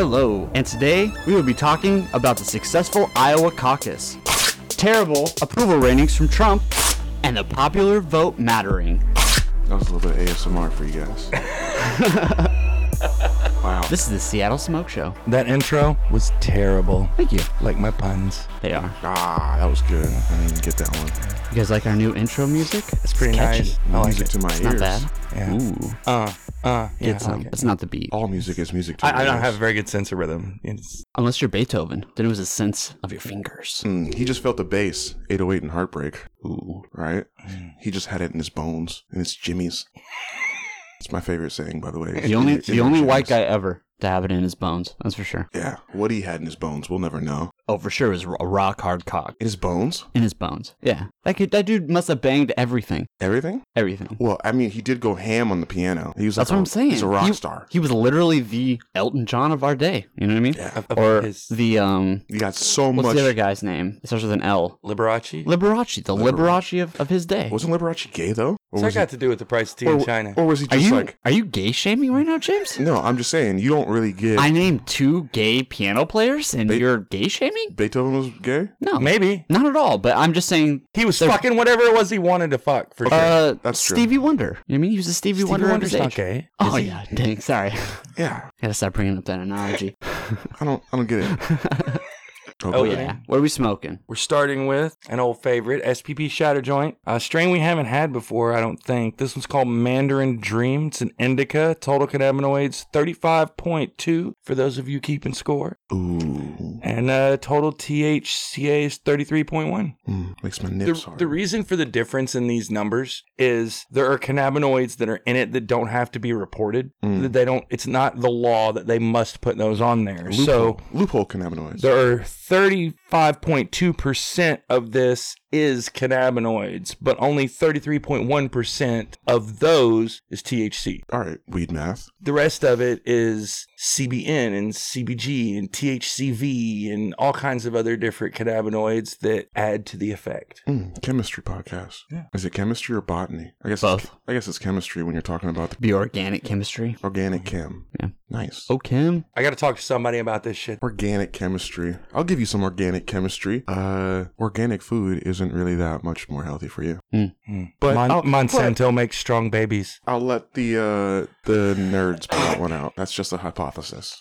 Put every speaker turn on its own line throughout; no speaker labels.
Hello, and today we will be talking about the successful Iowa caucus, terrible approval ratings from Trump, and the popular vote mattering.
That was a little bit of ASMR for you guys. wow.
This is the Seattle Smoke Show.
That intro was terrible.
Thank you.
Like my puns.
They are.
ah, that was good. I didn't even get that one.
You guys like our new intro music?
It's pretty
catchy.
nice. I like
music
it.
to my
It's
ears.
not bad.
Yeah.
Ooh.
Uh, uh, yeah,
it's,
I
um,
like it.
it's not the beat.
All music is music to my
I, I don't
ears.
have a very good sense of rhythm. It's,
Unless you're Beethoven, then it was a sense of your fingers.
Mm, he just felt the bass, 808 and Heartbreak,
Ooh. Hmm.
right? He just had it in his bones, in his jimmies. It's my favorite saying, by the way.
The only
In- in
the only
your
white
jimmies.
guy ever to have it in his bones. That's for sure.
Yeah, what he had in his bones, we'll never know.
Oh, for sure, it was a rock hard cock
In his bones?
in his bones. Yeah, that kid, that dude must have banged everything,
Everything?
everything.
Well, I mean, he did go ham on the piano. He was
That's
like
what
a-
I'm saying.
He's a rock
He-
star.
He was literally the Elton John of our day. You know what I mean?
Yeah.
of, of
Or
his
the um,
He got so
what's
much.
the other guy's name? It starts with an L.
Liberace.
Liberace, the Liberace, of, of his day.
Wasn't Liberace gay, though? Or
What's that
was, he,
got to do with the price of tea in
or-
China?
or was he
Are
just
you
like.
are you gay shaming right now, James?
No, I'm just saying, you don't really give.
I named two gay piano players, and
They-
you're gay shaming?
Beethoven was gay?
No,
Maybe
not at all. But I'm just saying
he was fucking whatever it was he wanted to fuck for sure.
Uh,
that's true.
Stevie Wonder. You know what I mean he was a Stevie,
Stevie
Wonder of his
Wonder's not
age.
gay.
Oh yeah, dang. Sorry,
Yeah,
gotta stop bringing up that analogy.
I don't, I don't get it.
Oh,
Okay.
yeah.
yeah. What are we smoking?
We're starting with an old favorite, SPP Shatter Joint, a strain we haven't had before, I don't think. This one's called Mandarin Dream. It's an indica, total cannabinoids 35.2 for those of you keeping score,
Ooh,
and uh, total THCA is 33.1.
Mm, makes my
The,
nips hard.
the reason for the difference in these numbers is there are cannabinoids that are in it that don't have to be reported.
Mm.
That they don't. It's not the law that they must put those on there. So
loophole cannabinoids.
there are 35.2% of this is cannabinoids, but only 33.1% of those is THC.
All right, weed math.
The rest of it is CBN and CBG and THCV and all kinds of other different cannabinoids that add to the effect.
Mm, chemistry podcast.
Yeah.
Is it chemistry or botany? I guess It's,
Both.
I guess it's chemistry when you're talking about the
Be organic chemistry.
organic chem.
Yeah.
Nice.
Oh, Kim.
I got to talk to somebody about this shit.
Organic chemistry. I'll give you some organic chemistry. Uh, organic food isn't really that much more healthy for you. But
Mon-
I'll-
Monsanto makes strong babies.
I'll let the uh, the nerds put that one out. That's just a hypothesis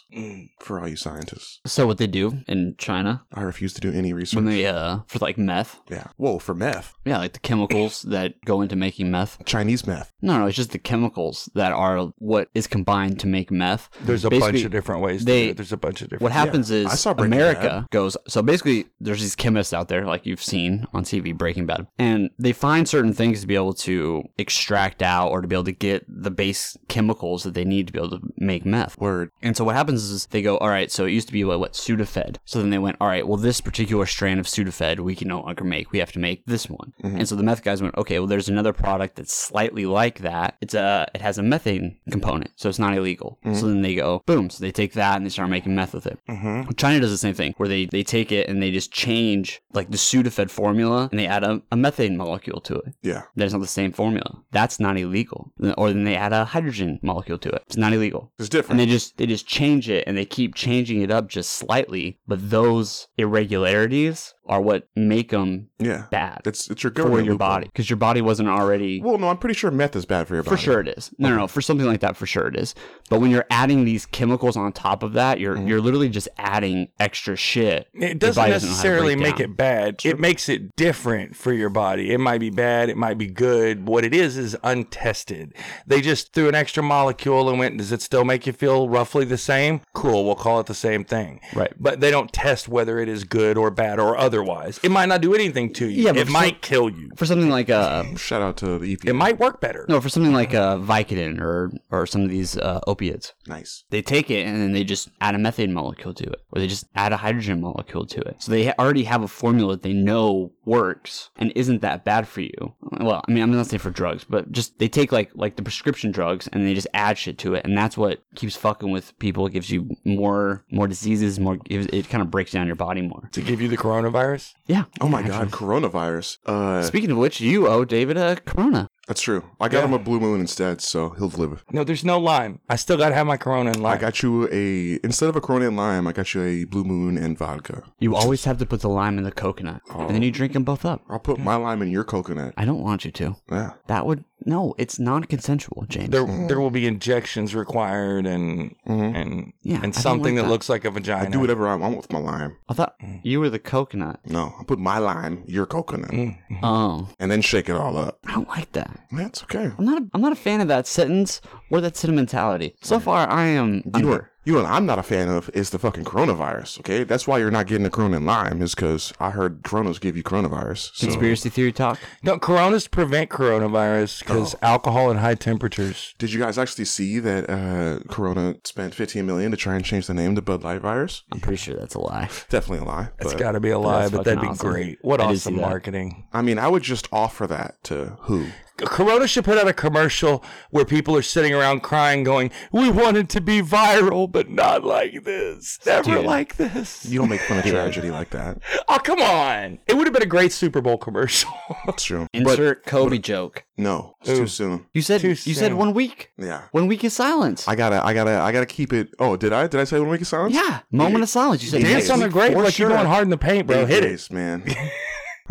for all you scientists.
So what they do in China
I refuse to do any research.
when they uh for like meth?
yeah. Whoa, for meth,
Yeah, like the chemicals that go into making meth.
Chinese meth.
No, no, it's just the chemicals that are what is combined to make meth.
There's a
Basically,
bunch of different ways. to
they-
do it. There's a bunch of different.
What happens
I
is
saw Breaking
America goes so basically there's these chemists out there like you've seen on TV Breaking Bad and they find certain things to be able to extract out or to be able to get the base chemicals that they need to be able to make meth.
Word.
And so what happens is they go, all right, so it used to be what, what Sudafed. So then they went, all right, well this particular strand of Sudafed we can no longer make. We have to make this one. And so the meth guys went, okay, well there's another product that's slightly like that. It's a it has a methane component, so it's not illegal. So then they go, boom. So they take that and they start making meth with it.
Mm-hmm.
China does the same thing where they, they take it and they just change like the Sudafed formula and they add a, a methane molecule to it.
Yeah.
That's not the same formula. That's not illegal. Or then they add a hydrogen molecule to it. It's not illegal.
It's
And
different.
they just they just change it and they keep changing it up just slightly, but those irregularities are what make them
yeah.
bad
It's it's your
for
government
your
loophole.
body because your body wasn't already
Well, no, I'm pretty sure meth is bad for your body.
for sure it is. No, no, no, for something like that, for sure it is. But when you're adding these chemicals on top of that, you're
Mm-hmm.
you're literally just adding extra shit.
It
Your
doesn't
body know how to
necessarily
break
make
down.
it bad. It makes it different for your body. It might be bad. It might be good. What it is is untested. They just threw an extra molecule and went, does it still make you feel roughly the same? Cool. We'll call it the same thing.
Right.
But they don't test whether it is good or bad or otherwise. It might not do anything to you.
Yeah, but
it
for-
might kill you.
for something like uh
Shout out to the E EPA.
It might work better.
no for something like uh Vicodin or or some of these uh, opiates.
nice.
They take it and then they just add a methane molecule to it, or they just add a hydrogen molecule to it. So they ha- already have a formula that they know works and isn't that bad for you. Well, I mean, I'm not saying for drugs, but just they take like like the prescription drugs and they just add shit to it, and that's what keeps fucking with people. It gives you more more diseases, more it, it kind of breaks down your body more.
To give you the coronavirus?
Yeah.
Oh my Oh God, coronavirus. Uh,
Speaking of which, you owe David a Corona.
That's true. I got
Yeah.
him a blue moon instead, so he'll live.
No, there's no lime. I still gotta have my Corona and lime.
I got you a instead of a Corona and lime, I got you a blue moon and vodka.
You always have to put the lime in the coconut, and then you drink them both up.
I'll put my lime in your coconut.
I don't want you to.
Yeah.
That would no. It's non-consensual, James.
there, there will be injections required and
Mm-hmm.
and
Yeah, I don't
and
like
something that,
that.
looks like a vagina.
I do whatever I want with my lime.
I thought you were the coconut.
No, I'll put my lime, your coconut,
Mm.
Oh,
and then shake it all up.
I don't like that.
That's okay.
I'm not. A, I'm not a fan of that sentence or that sentimentality. So far, I am.
You know, what,
under.
you know what I'm not a fan of is the fucking coronavirus, okay? That's why you're not getting a Corona and lime, is because I heard Coronas give you coronavirus. So.
Conspiracy theory talk.
No, Coronas prevent coronavirus because
Oh.
alcohol and high temperatures.
Did you guys actually see that uh, Corona spent 15 million to try and change the name to Bud Light virus?
I'm pretty sure that's a lie.
Definitely a lie.
It's
but-
got to be a lie,
that's
but that'd be
fucking awesome.
great. What
I did see
awesome
that.
marketing.
I mean, I would just offer that to who?
Corona should put out a commercial where people are sitting around crying, going, "We wanted to be viral, but not like this. Never like this."
You don't make fun of tragedy like that.
Oh, come on! It would have been a great Super Bowl commercial.
That's true.
Insert Kobe joke.
No, it's too soon.
You said
Too
you said
soon.
one week.
Yeah.
One week is silence.
I gotta, I gotta, I gotta keep it. Oh, did I? Did I say one week of silence?
yeah, moment of silence. You said
Dance
next
on the
week
grave
for
like
sure.
you're going hard in the paint,
Bro,
bro. Hit it.
man. I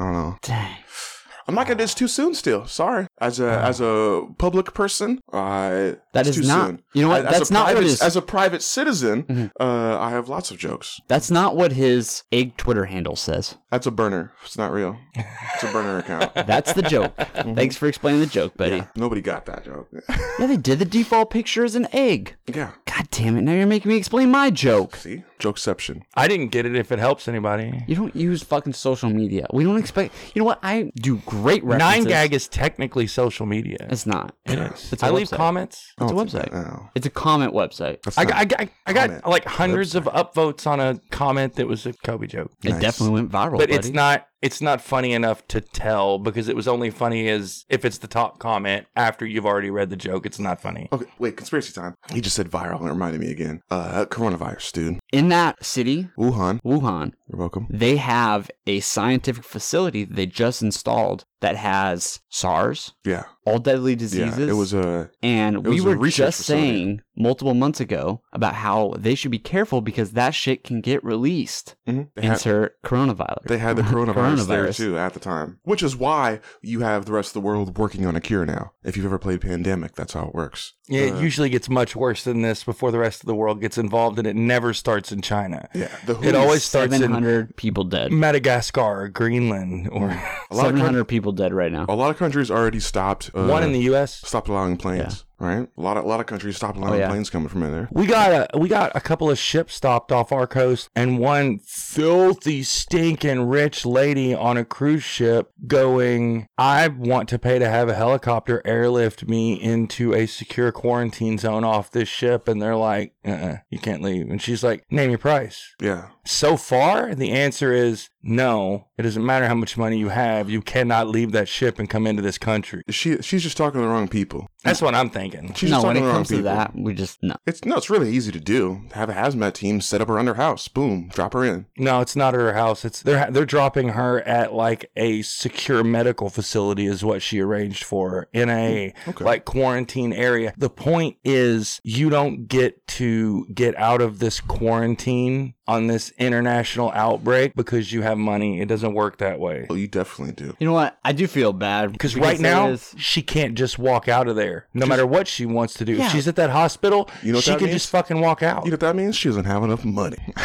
don't know.
Dang.
I'm not gonna. It's too soon. Still, sorry. As a as a public person, uh,
That
it's
is
too
not-
Soon.
you know what?
As a
That's not what
private-
it is. Mm-hmm.
As a private citizen, uh, I have lots of jokes.
That's not what his egg Twitter handle says.
That's a burner. It's not real. It's a burner account.
That's the joke. Thanks for explaining the joke, buddy.
yeah. Nobody got that joke.
Yeah, they did the default picture as an egg.
yeah.
God damn it, now you're making me explain my joke.
See, jokeception.
I didn't get it. If it helps anybody,
You don't use fucking social media. We don't expect. You know what? I do great references.
Nine Gag is technically social media.
It's not. It is. It's a
I leave
website.
comments.
It's a
I don't think
website.
that- no.
It's a comment website.
Oh, That's
I,
not-
I, I, I got
Comment.
like hundreds of upvotes on a comment that was a Kobe joke,
It definitely went viral,
but
buddy.
it's not it's not funny enough to tell because it was only funny as if it's the top comment after you've already read the joke. It's not funny.
Okay, wait, conspiracy time. He just said viral and it reminded me again. Uh, coronavirus, dude.
In that city,
Wuhan.
Wuhan,
You're welcome.
they have a scientific facility that they just installed that has SARS,
Yeah.
all deadly
Yeah.
diseases.
It was uh, a.
And
It
we
was a
were
research
just
facility.
saying multiple months ago about how they should be careful because that shit can get released.
mhm, They had,
Insert coronavirus.
they had the coronavirus, there
Coronavirus.
too at the time, which is why you have the rest of the world working on a cure now. If you've ever played Pandemic, that's how it works.
Yeah, it usually gets much worse than this before the rest of the world gets involved, and it never starts in China.
Yeah. The
It
Who's-
always starts in
700 people dead.
Madagascar, or Greenland, or
a lot of coun-
700 people dead right now.
a lot of countries already stopped. Uh,
one in the U.S.
stopped allowing planes. Right. A lot of a lot of countries stopped allowing
Oh, yeah.
planes coming from in there.
We got a we got a couple of ships stopped off our coast, and one filthy, stinking rich lady on a cruise ship going, "I want to pay to have a helicopter airlift me into a secure quarantine zone off this ship," and they're like, "Uh, you can't leave," and she's like, "Name your price."
Yeah.
So far, the answer is no. It doesn't matter how much money you have; you cannot leave that ship and come into this country.
She she's just talking to the wrong people.
That's what I'm thinking.
She's
no,
just
when it
talking to the wrong
comes to
people.
that, we just, no.
It's no, it's really easy to do. Have a hazmat team set up around her house. Boom, drop her in.
No, it's not at her house. It's they're they're dropping her at like a secure medical facility is what she arranged for in a
Mm, Okay.
like quarantine area. The point is you don't get to get out of this quarantine on this international outbreak because you have money. It doesn't work that way.
Well, Oh, you definitely do.
You know what? I do feel bad.
Because right
there
now
is-
she can't just walk out of there, no matter what she wants to do.
Yeah.
If she's at that hospital,
You know what
she
that
can
means?
just fucking walk out.
You know what that means? She doesn't have enough money.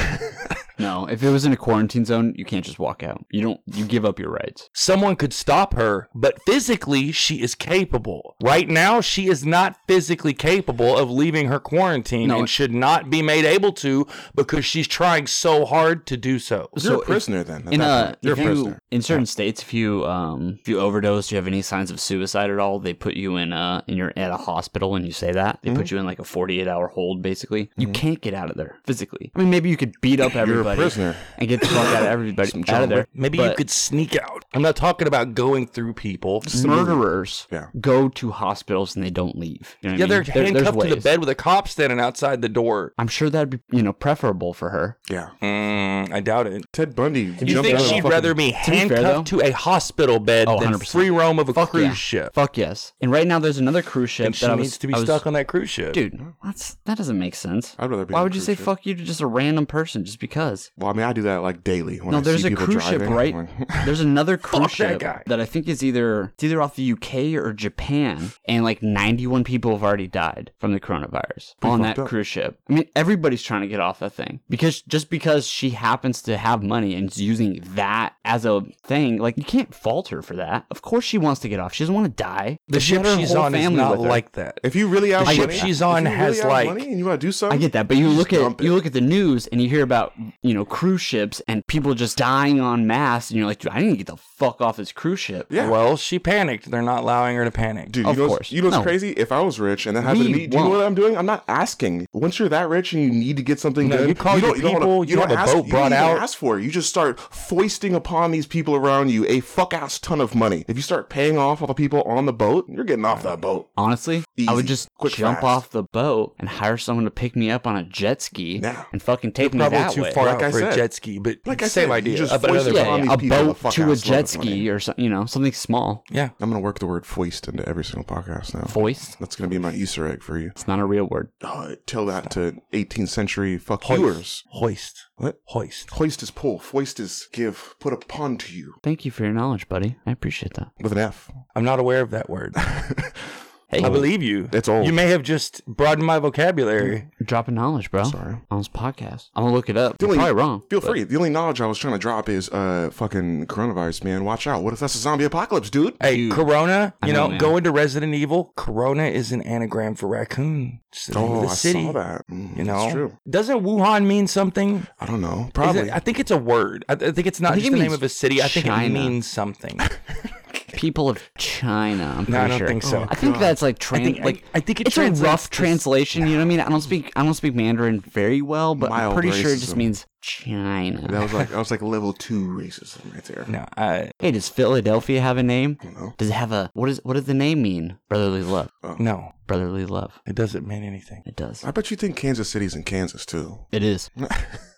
No, if it was in a quarantine zone, you can't just walk out. You don't, you give up your rights.
Someone could stop her, but physically she is capable. Right now, she is not physically capable of leaving her quarantine
No.
and should not be made able to because she's trying so hard to do so.
You're
So
a
if-
prisoner then. at
in
that
uh,
point. You're a
if you-
prisoner.
in certain states, if you um if you overdose, you have any signs of suicide at all, they put you in uh and you're at a hospital and you say Mm-hmm. that they put you in like a 48 hour hold. Basically, you can't get out of there physically. Mm-hmm. I mean, maybe you could beat up
You're a
everybody. everybody
prisoner.
and get the fuck out of everybody
Some
out of there.
drama. Maybe you
But
could sneak out. I'm not talking about going through people.
murderers
Yeah.
go to hospitals and they don't leave. You know what
Yeah,
I
they're
mean? There- there's
handcuffed to the
ways.
bed with a cop standing outside the door.
I'm sure that'd be you know preferable for her.
Yeah.
Mm, I doubt it.
Ted Bundy.
Do you
jumped
think
out of a
she'd
fucking-
rather be
fair,
handcuffed to a hospital bed
Oh,
than
100%.
free roam of a
Fuck
cruise
yeah.
ship?
Fuck yes. And right now there's another cruise ship
And she
that I was,
needs to be
I was-
stuck on that cruise ship.
Dude, that's that doesn't make sense.
I'd rather be
Why
on a
would you
cruise
say
ship.
fuck you to just a random person just because?
Well, I mean, I do that like daily. When
no,
I
there's
see
a
people
cruise
driving,
ship, right?
I'm like,
there's another cruise
that
ship
guy.
that, I think is either it's either off the UK or Japan, and like 91 people have already died from the coronavirus on
fucked
that
up.
cruise ship. I mean, everybody's trying to get off that thing because just because she happens to have money and is using that as a thing, like you can't fault her for that. Of course, she wants to get off. She doesn't want to die.
The
If you
ship
had her
she's
whole
on is
family
not
with her-
like that.
if you really have
The ship
money,
she's
if
on
you
has,
really have
like-
money and you want to do
I
something.
get that, but you look at
dump it.
you look at the news and you hear about you know cruise ships and people just dying en masse, and you're like, dude, I didn't get the fuck off this cruise ship.
Yeah.
Well, she panicked. They're not allowing her to panic.
Dude,
Of
you know,
course.
what's- you know what's
No.
crazy? If I was rich and that happened
We
to me, do you know
won't.
what I'm doing? I'm not asking. Once you're that rich and you need to get something
No,
done,
you call your
wanna-
people, you have a
ask,
boat
you
brought
don't even
out.
ask for it. You just start foisting upon these people around you a fuck ass ton of money. If you start paying off all the people on the boat, you're getting off that boat.
Honestly, I would
Easy,
just
quick,
jump
fast.
off the boat and hire someone to pick me up on a jet ski
Now.
and fucking take me
Probably
that
too
way.
far
Like
out
I
for a
said.
jet ski, but
Like I
same
said,
idea.
you just
Uh, but
force
another
it
yeah,
on
yeah,
boat.
these
a
people
boat
to fuck
to a
ass load
jet
of money.
ski or something, you know, something small.
yeah.
I'm gonna work the word foist into every single podcast now.
Voice.
That's gonna be my Easter egg for you.
It's not a real word.
Uh, tell that to 18th century fuck
Hoist.
viewers.
Hoist.
What?
Hoist.
Hoist is pull. Foist is give. Put upon to you
Thank you for your knowledge, buddy. I appreciate that.
with an F.
I'm not aware of that word.
Hey,
I believe you.
It's old.
You may have just broadened my vocabulary.
dropping knowledge, bro.
Sorry.
On this podcast. I'm gonna look it up. You're
only-
probably wrong.
Feel
but-
free. The only knowledge I was trying to drop is uh fucking coronavirus, man. Watch out. What if that's a zombie apocalypse, dude?
Hey,
Dude.
Corona,
I
you
know,
know,
man.
go into Resident Evil. Corona is an anagram for raccoon. It's the name of
oh,
the
I
city.
saw that. Mm,
You know,
that's true.
doesn't Wuhan mean something? Is
I don't know.
it-
Probably.
I think it's a word. I, I think it's not
think
just
it
the name
means
of a city. I think it
China.
means something.
People of China. I'm pretty
No, I don't
sure. Oh.
think
Oh,
so.
I think that's like
I
trans.
think,
like
I, I think it
it's a
translates
rough
to-
translation. You know what I mean? I don't speak. I don't speak Mandarin very well, but
Mild
I'm pretty sure it
racism.
just means China.
that was like I was like level two racism right there.
No, I,
Hey, does Philadelphia have a name?
No.
Does it have a what is what does the name mean? Brotherly love.
Oh.
no,
Brotherly love.
it doesn't mean anything.
It does.
I bet you think Kansas City's in Kansas too.
It is.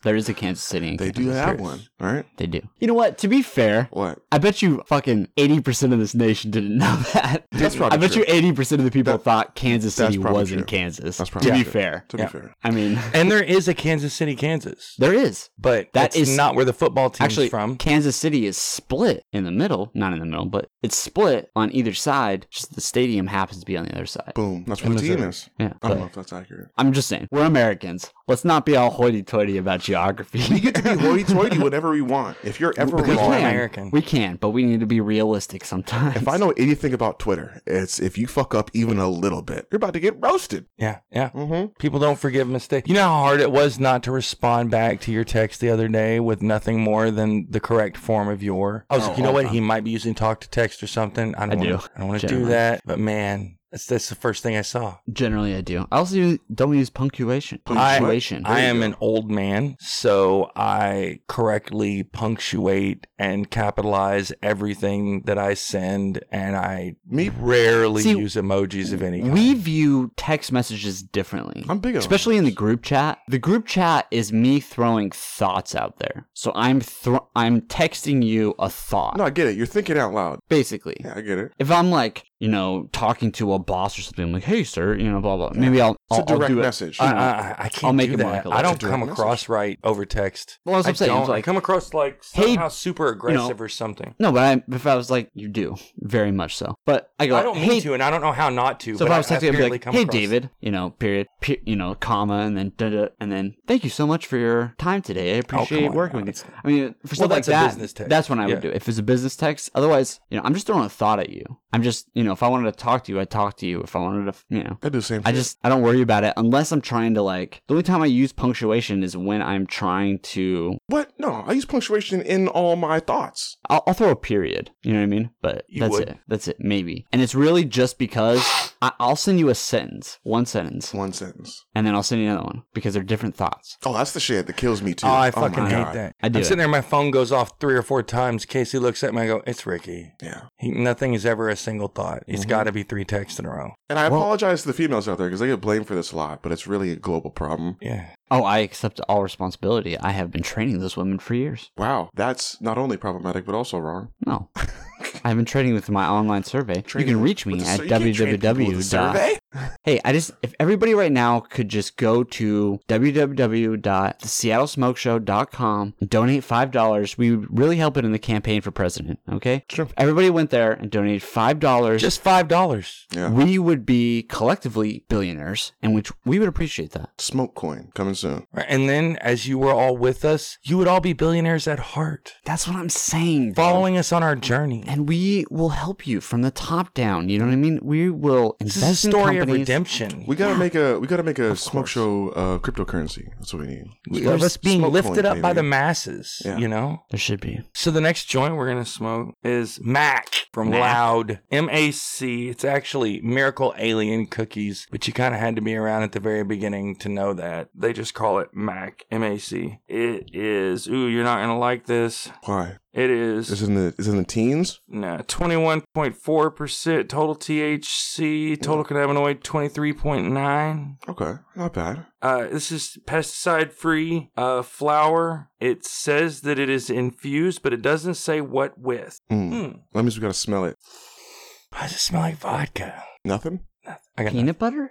there is a Kansas City. In
They do
Kansas.
have one, all right?
They do. You know what? To be fair,
What?
I bet you fucking eighty percent of this nation didn't know that.
That's probably
I bet
true.
you eighty percent of the people
That-
thought Kansas
that's
City
probably
was in
true.
Kansas.
That's probably
to be
true.
fair.
To be
Yeah.
fair.
I mean,
And there is a Kansas City, Kansas,
there is.
but
That
that's
is-
not where the football team's
Actually,
from.
Kansas City is split in the middle. Not in the middle, but it's split on either side. Just the stadium happens to be on the other side.
Boom. That's what the team is.
Yeah.
I don't
but-
know if that's accurate.
I'm just saying, we're Americans. Let's not be all hoity-toity about
We
geography.
get to be hoity-toity whenever we want. If you're ever
Because
wrong,
we're American.
we can, but we need to be realistic sometimes.
if I know anything about Twitter, it's if you fuck up even a little bit, you're about to get roasted.
yeah, yeah.
Mm-hmm.
People don't forgive mistakes. You know how hard it was not to respond back to your text the other day with nothing more than the correct form of your. I was like, you know what? He might be using talk to text or something. I don't
Oh, I
wanna,
do.
I don't want to do
Generally.
that. But man, that's that's the first thing I saw.
generally I do. I also use, don't use punctuation.
I-
Punctuation.
I
you
am
go.
an old man, so I correctly punctuate and capitalize everything that I send, and I
Me-
rarely
See,
use emojis of any kind.
we view text messages differently.
I'm big on
especially in the group chat. The group chat is me throwing thoughts out there. So I'm thro- I'm texting you a thought,
No, I get it. You're thinking out loud.
basically.
Yeah, I get it.
If I'm like, you know, talking to a boss or something, I'm like, "Hey, sir," you know, blah blah. Maybe I'll
It's
I'll,
a
I'll
direct
do it.
message.
I, I, I can't
I'll make
do
it more like
that.
a
I don't
direct
come
message.
across right over text.
Well, that's what
I
I'm saying.
don't.
It's like-
I come across like
Hey,
somehow super aggressive or something.
No, but I, if I was like, you do very much so. But I go,
I don't
hey,
mean to, and I don't know how not to.
so if
but
I was texting, I'd be
apparently
like,
come
hey,
across-
David, you know, period, pe- you know, comma, and then da da, and then thank you so much for your time today. I appreciate
Oh, on,
working with you. I mean, for
Well,
something like
that's a
that,
business text.
that's when I
Yeah.
would do it. If it's a business text, otherwise, you know, I'm just throwing a thought at you. I'm just, you know, if I wanted to talk to you, I'd talk to you. If I wanted to, you know.
I do the same.
I
shit.
just I don't worry about it unless I'm trying to like the only time I use punctuation is when I'm trying to
what? No, I use punctuation in all my thoughts.
I'll, I'll throw a period. You know what I mean? But
You
that's
would.
it. That's it. Maybe. And it's really just because I- I'll send you a sentence, one sentence,
One sentence.
and then I'll send you another one because they're different thoughts.
Oh, that's the shit that kills me too.
Oh, I fucking
my
hate
God.
that.
I do
I'm
it.
sitting there, my phone goes off three or four times. Casey looks at me, I go, It's Ricky.
Yeah.
He, nothing is ever a single thought. It's
Mhm.
got to be three texts in a row.
And I
Well-
apologize to the females out there because they get blamed for this a lot, but it's really a global problem.
Yeah.
Oh, I accept all responsibility. I have been training those women for years.
Wow, that's not only problematic but also wrong.
No. I've been training with my online survey.
Train
you can
with-
reach me
with the
at
sur- you can't train people with a
www. dot-
survey?
Hey, I just if everybody right now could just go to www.seattlesmokeshow.com and donate five dollars, we would really help it in the campaign for president. Okay,
Sure.
If everybody went there and donated five dollars,
Just $5.
Yeah.
we would be collectively billionaires, and which we would appreciate that.
Smoke coin coming soon.
Right, And then, as you were all with us, you would all be billionaires at heart,
That's what I'm saying. bro.
following us on our journey.
and we will help you from the top down. You know what I mean? We will
This
invest
is a story
in
of
companies.
redemption.
We gotta make a we gotta make a smoke
course.
show uh, cryptocurrency. That's what we need.
We- of us being
Smoke
lifted
coin,
up by
baby.
the masses,
Yeah.
you know?
There should be.
So the next joint we're gonna smoke is Mac from
Mac.
Loud M A C. It's actually Miracle Alien Cookies, but you kind of had to be around at the very beginning to know that. They just call it Mac M A C. It is. Ooh, you're not gonna like this.
Why?
It is.
Is it in the is it in the teens?
No, 21.4% total THC, total cannabinoid 23.9.
Okay, not bad.
Uh, this is pesticide free uh, flower. It says that it is infused, but it doesn't say what with.
Mm.
Hmm.
That means we gotta smell it.
Why does it smell like vodka?
Nothing.
I got, nothing.
Peanut butter?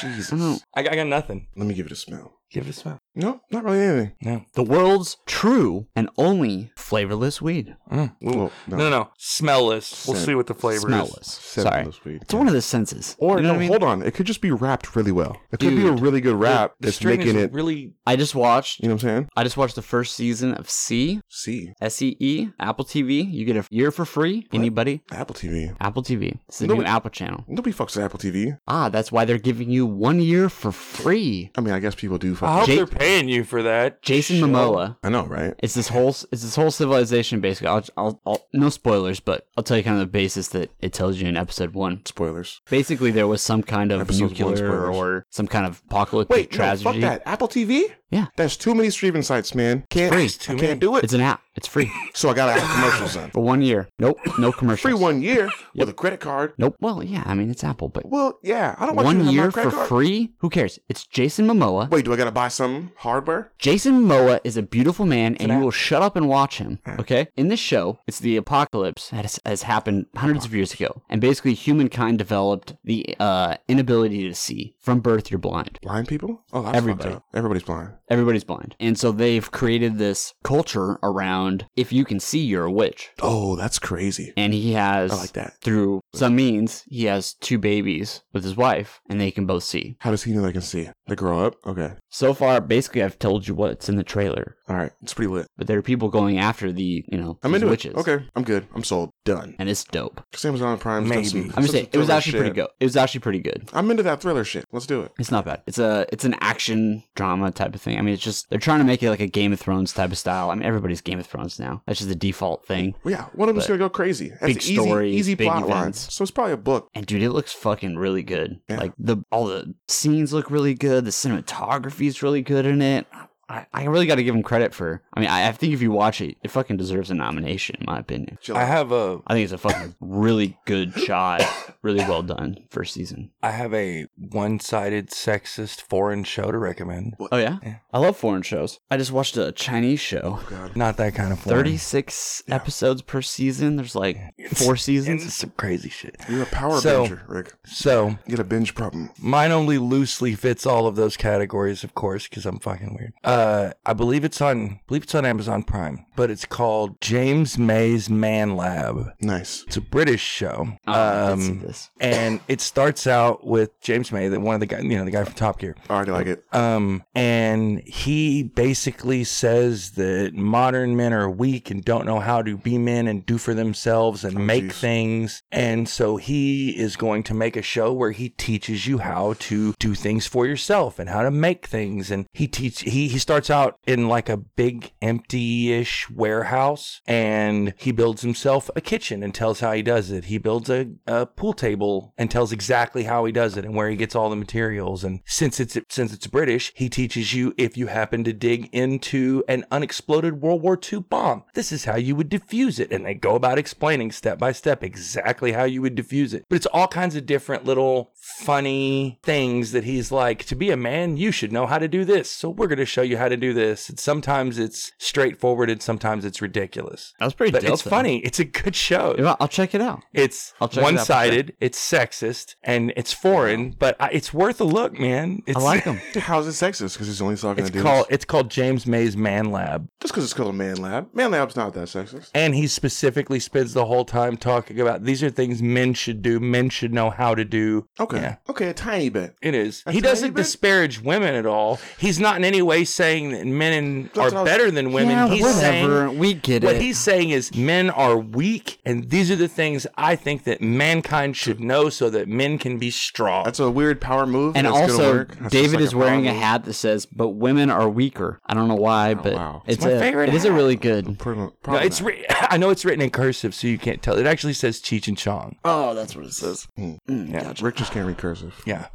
Jesus.
I don't-
I, got- I got nothing.
Let me give it a smell.
Give it a smell.
No, not really anything.
No.
The world's true and only flavorless weed.
Mm. Ooh.
Well, no.
no. no, no. Smellless. We'll
Scent.
see what the flavor
Smellless.
is.
Sorry.
Scentless weed.
It's one of the senses.
Or
You know
no,
what I mean?
hold on. It could just be wrapped really well. It could be a
Dude.
really good wrap
The
that's
string
making
is
it.
really.
I just watched
you know what I'm saying?
I just watched the first season of C,
See,
S E E, Apple TV. You get a year for free. Anybody?
Apple TV.
Apple TV. It's the
No,
new
but-
Apple channel.
Nobody fucks with Apple TV.
Ah, that's why they're giving you one year for free.
I mean, I guess people do fuck.
I hope
with-
Jake-
they're paying you for that.
Jason
Sure.
Momoa.
I know, right?
It's this whole it's this whole civilization basically. I'll, I'll, I'll no spoilers, but I'll tell you kind of the basis that it tells you in episode one.
Spoilers.
Basically, there was some kind of
Episode one
nuclear
spoilers.
or some kind of apocalyptic
Wait, no,
tragedy.
fuck that. Apple TV?
Yeah.
There's too many streaming sites, man. Can't,
It's too
I
many.
can't do it.
It's an app. It's free
So I gotta have commercials then.
for one year. Nope, no commercials.
Free one year with a credit card.
Nope. Well, yeah. I mean, it's Apple, but
Well, yeah. I don't want you
one
to
year
have my
for
credit card.
free. Who cares? It's Jason Momoa.
Wait, do I gotta buy some hardware?
Jason Momoa is a beautiful man, and you
app.
will shut up and watch him. Okay. In this show, it's the apocalypse that has, has happened hundreds of years ago, and basically humankind developed the uh, inability to see from birth. You're blind.
Blind people? Oh, that's
Everybody.
fucked up. Everybody's blind.
Everybody's blind, and so they've created this culture around if you can see, you're a witch.
Oh, that's crazy.
And he has
I like that.
through some means, he has two babies with his wife, and they can both see.
How does he know they can see? They grow up? Okay.
So far, basically, I've told you what's in the trailer,
All right. It's pretty lit.
but there are people going after the, you know,
I'm
these
into
witches.
it. Okay. I'm good. I'm sold. Done.
And it's dope.
Because Amazon Prime's done
Maybe.
some-
I'm
I'm
some
just saying, it was
thriller
actually
shit.
pretty good. It was actually pretty good.
I'm into that thriller shit. Let's do it.
It's not bad. It's a it's an action drama type of thing. I mean, it's just they're trying to make it like a Game of Thrones type of style. I mean, everybody's Game of Thrones now. That's just the default thing.
Well, yeah, one of them's
But
gonna go crazy. That's
big
an easy,
story,
easy
big
plot lines.
events.
So it's probably a book.
And dude, it looks fucking really good.
Yeah.
Like the all the scenes look really good. The cinematography is really good in it. I, I really got to give him credit for. I mean, I, I think if you watch it, it fucking deserves a nomination, in my opinion.
Chill
I
out.
have a
I think it's a fucking really good shot, really well done first season.
I have a one-sided sexist foreign show to recommend.
Oh yeah,
Yeah.
I love foreign shows. I just watched a Chinese show.
Oh, God.
Not that kind of foreign.
36
Yeah.
episodes per season. There's like
It's-
four
and
seasons.
it's some crazy shit.
You're a power
So-
binger, Rick.
So
You get a binge problem.
mine only loosely fits all of those categories, of course, because I'm fucking weird. Uh, I believe it's on, believe it's on Amazon Prime, but it's called James May's Man Lab.
Nice.
It's a British show.
Oh, I did see
Um,
this.
and it starts out with James May, the one of the guy, you know, the guy from Top Gear.
I already like it.
Um, and he basically says that modern men are weak and don't know how to be men and do for themselves and
Oh,
make
geez.
things. And so he is going to make a show where he teaches you how to do things for yourself and how to make things. And he teach he he starts out in like a big empty-ish warehouse and he builds himself a kitchen and tells how he does it. He builds a, a pool table and tells exactly how he does it and where he gets all the materials. And since it's since it's British, he teaches you if you happen to dig into an unexploded World War II bomb, this is how you would defuse it. And they go about explaining step by step exactly how you would defuse it. But it's all kinds of different little funny things that he's like, to be a man, you should know how to do this. So we're going to show you how to do this. And sometimes it's straightforward and sometimes it's ridiculous.
That was pretty
But
dope,
it's
though.
funny. It's a good show.
Yeah, I'll check it out.
It's
I'll check it out for sure.
one sided, it's sexist, and it's foreign, but I, it's worth a look, man. It's,
I like them.
How's it sexist? Because he's only talking
It's
to dudes.
called it's called James May's Man Lab,
Just because it's called a man lab. Man lab's not that sexist.
and he specifically spends the whole time talking about these are things men should do, men should know how to do.
Okay.
Yeah.
Okay, a tiny bit.
It is.
A
he
tiny
doesn't
bit?
disparage women at all. He's not in any way saying that men
what I
are
was-
better than women.
Yeah,
he's
whatever.
saying
we get
what
it.
he's saying is men are weak, and these are the things I think that mankind should know so that men can be strong.
That's a weird power move.
and
that's gonna
also,
work. That's just
David
like
is wearing a
power move.
hat that says, "But women are weaker." I don't know why, but
wow.
it's,
Oh, my
a,
favorite
It is a
hat.
really good.
Problem-
No,
problem
it's
hat.
writ I know it's written in cursive, so you can't tell. It actually says Cheech and Chong.
Oh, that's what it says. yeah.
Hmm, Rick just can't read cursive.
Yeah.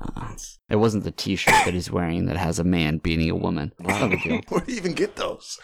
It wasn't the T-shirt that he's wearing that has a man beating a woman. It's not a big deal.
Where do you even get those?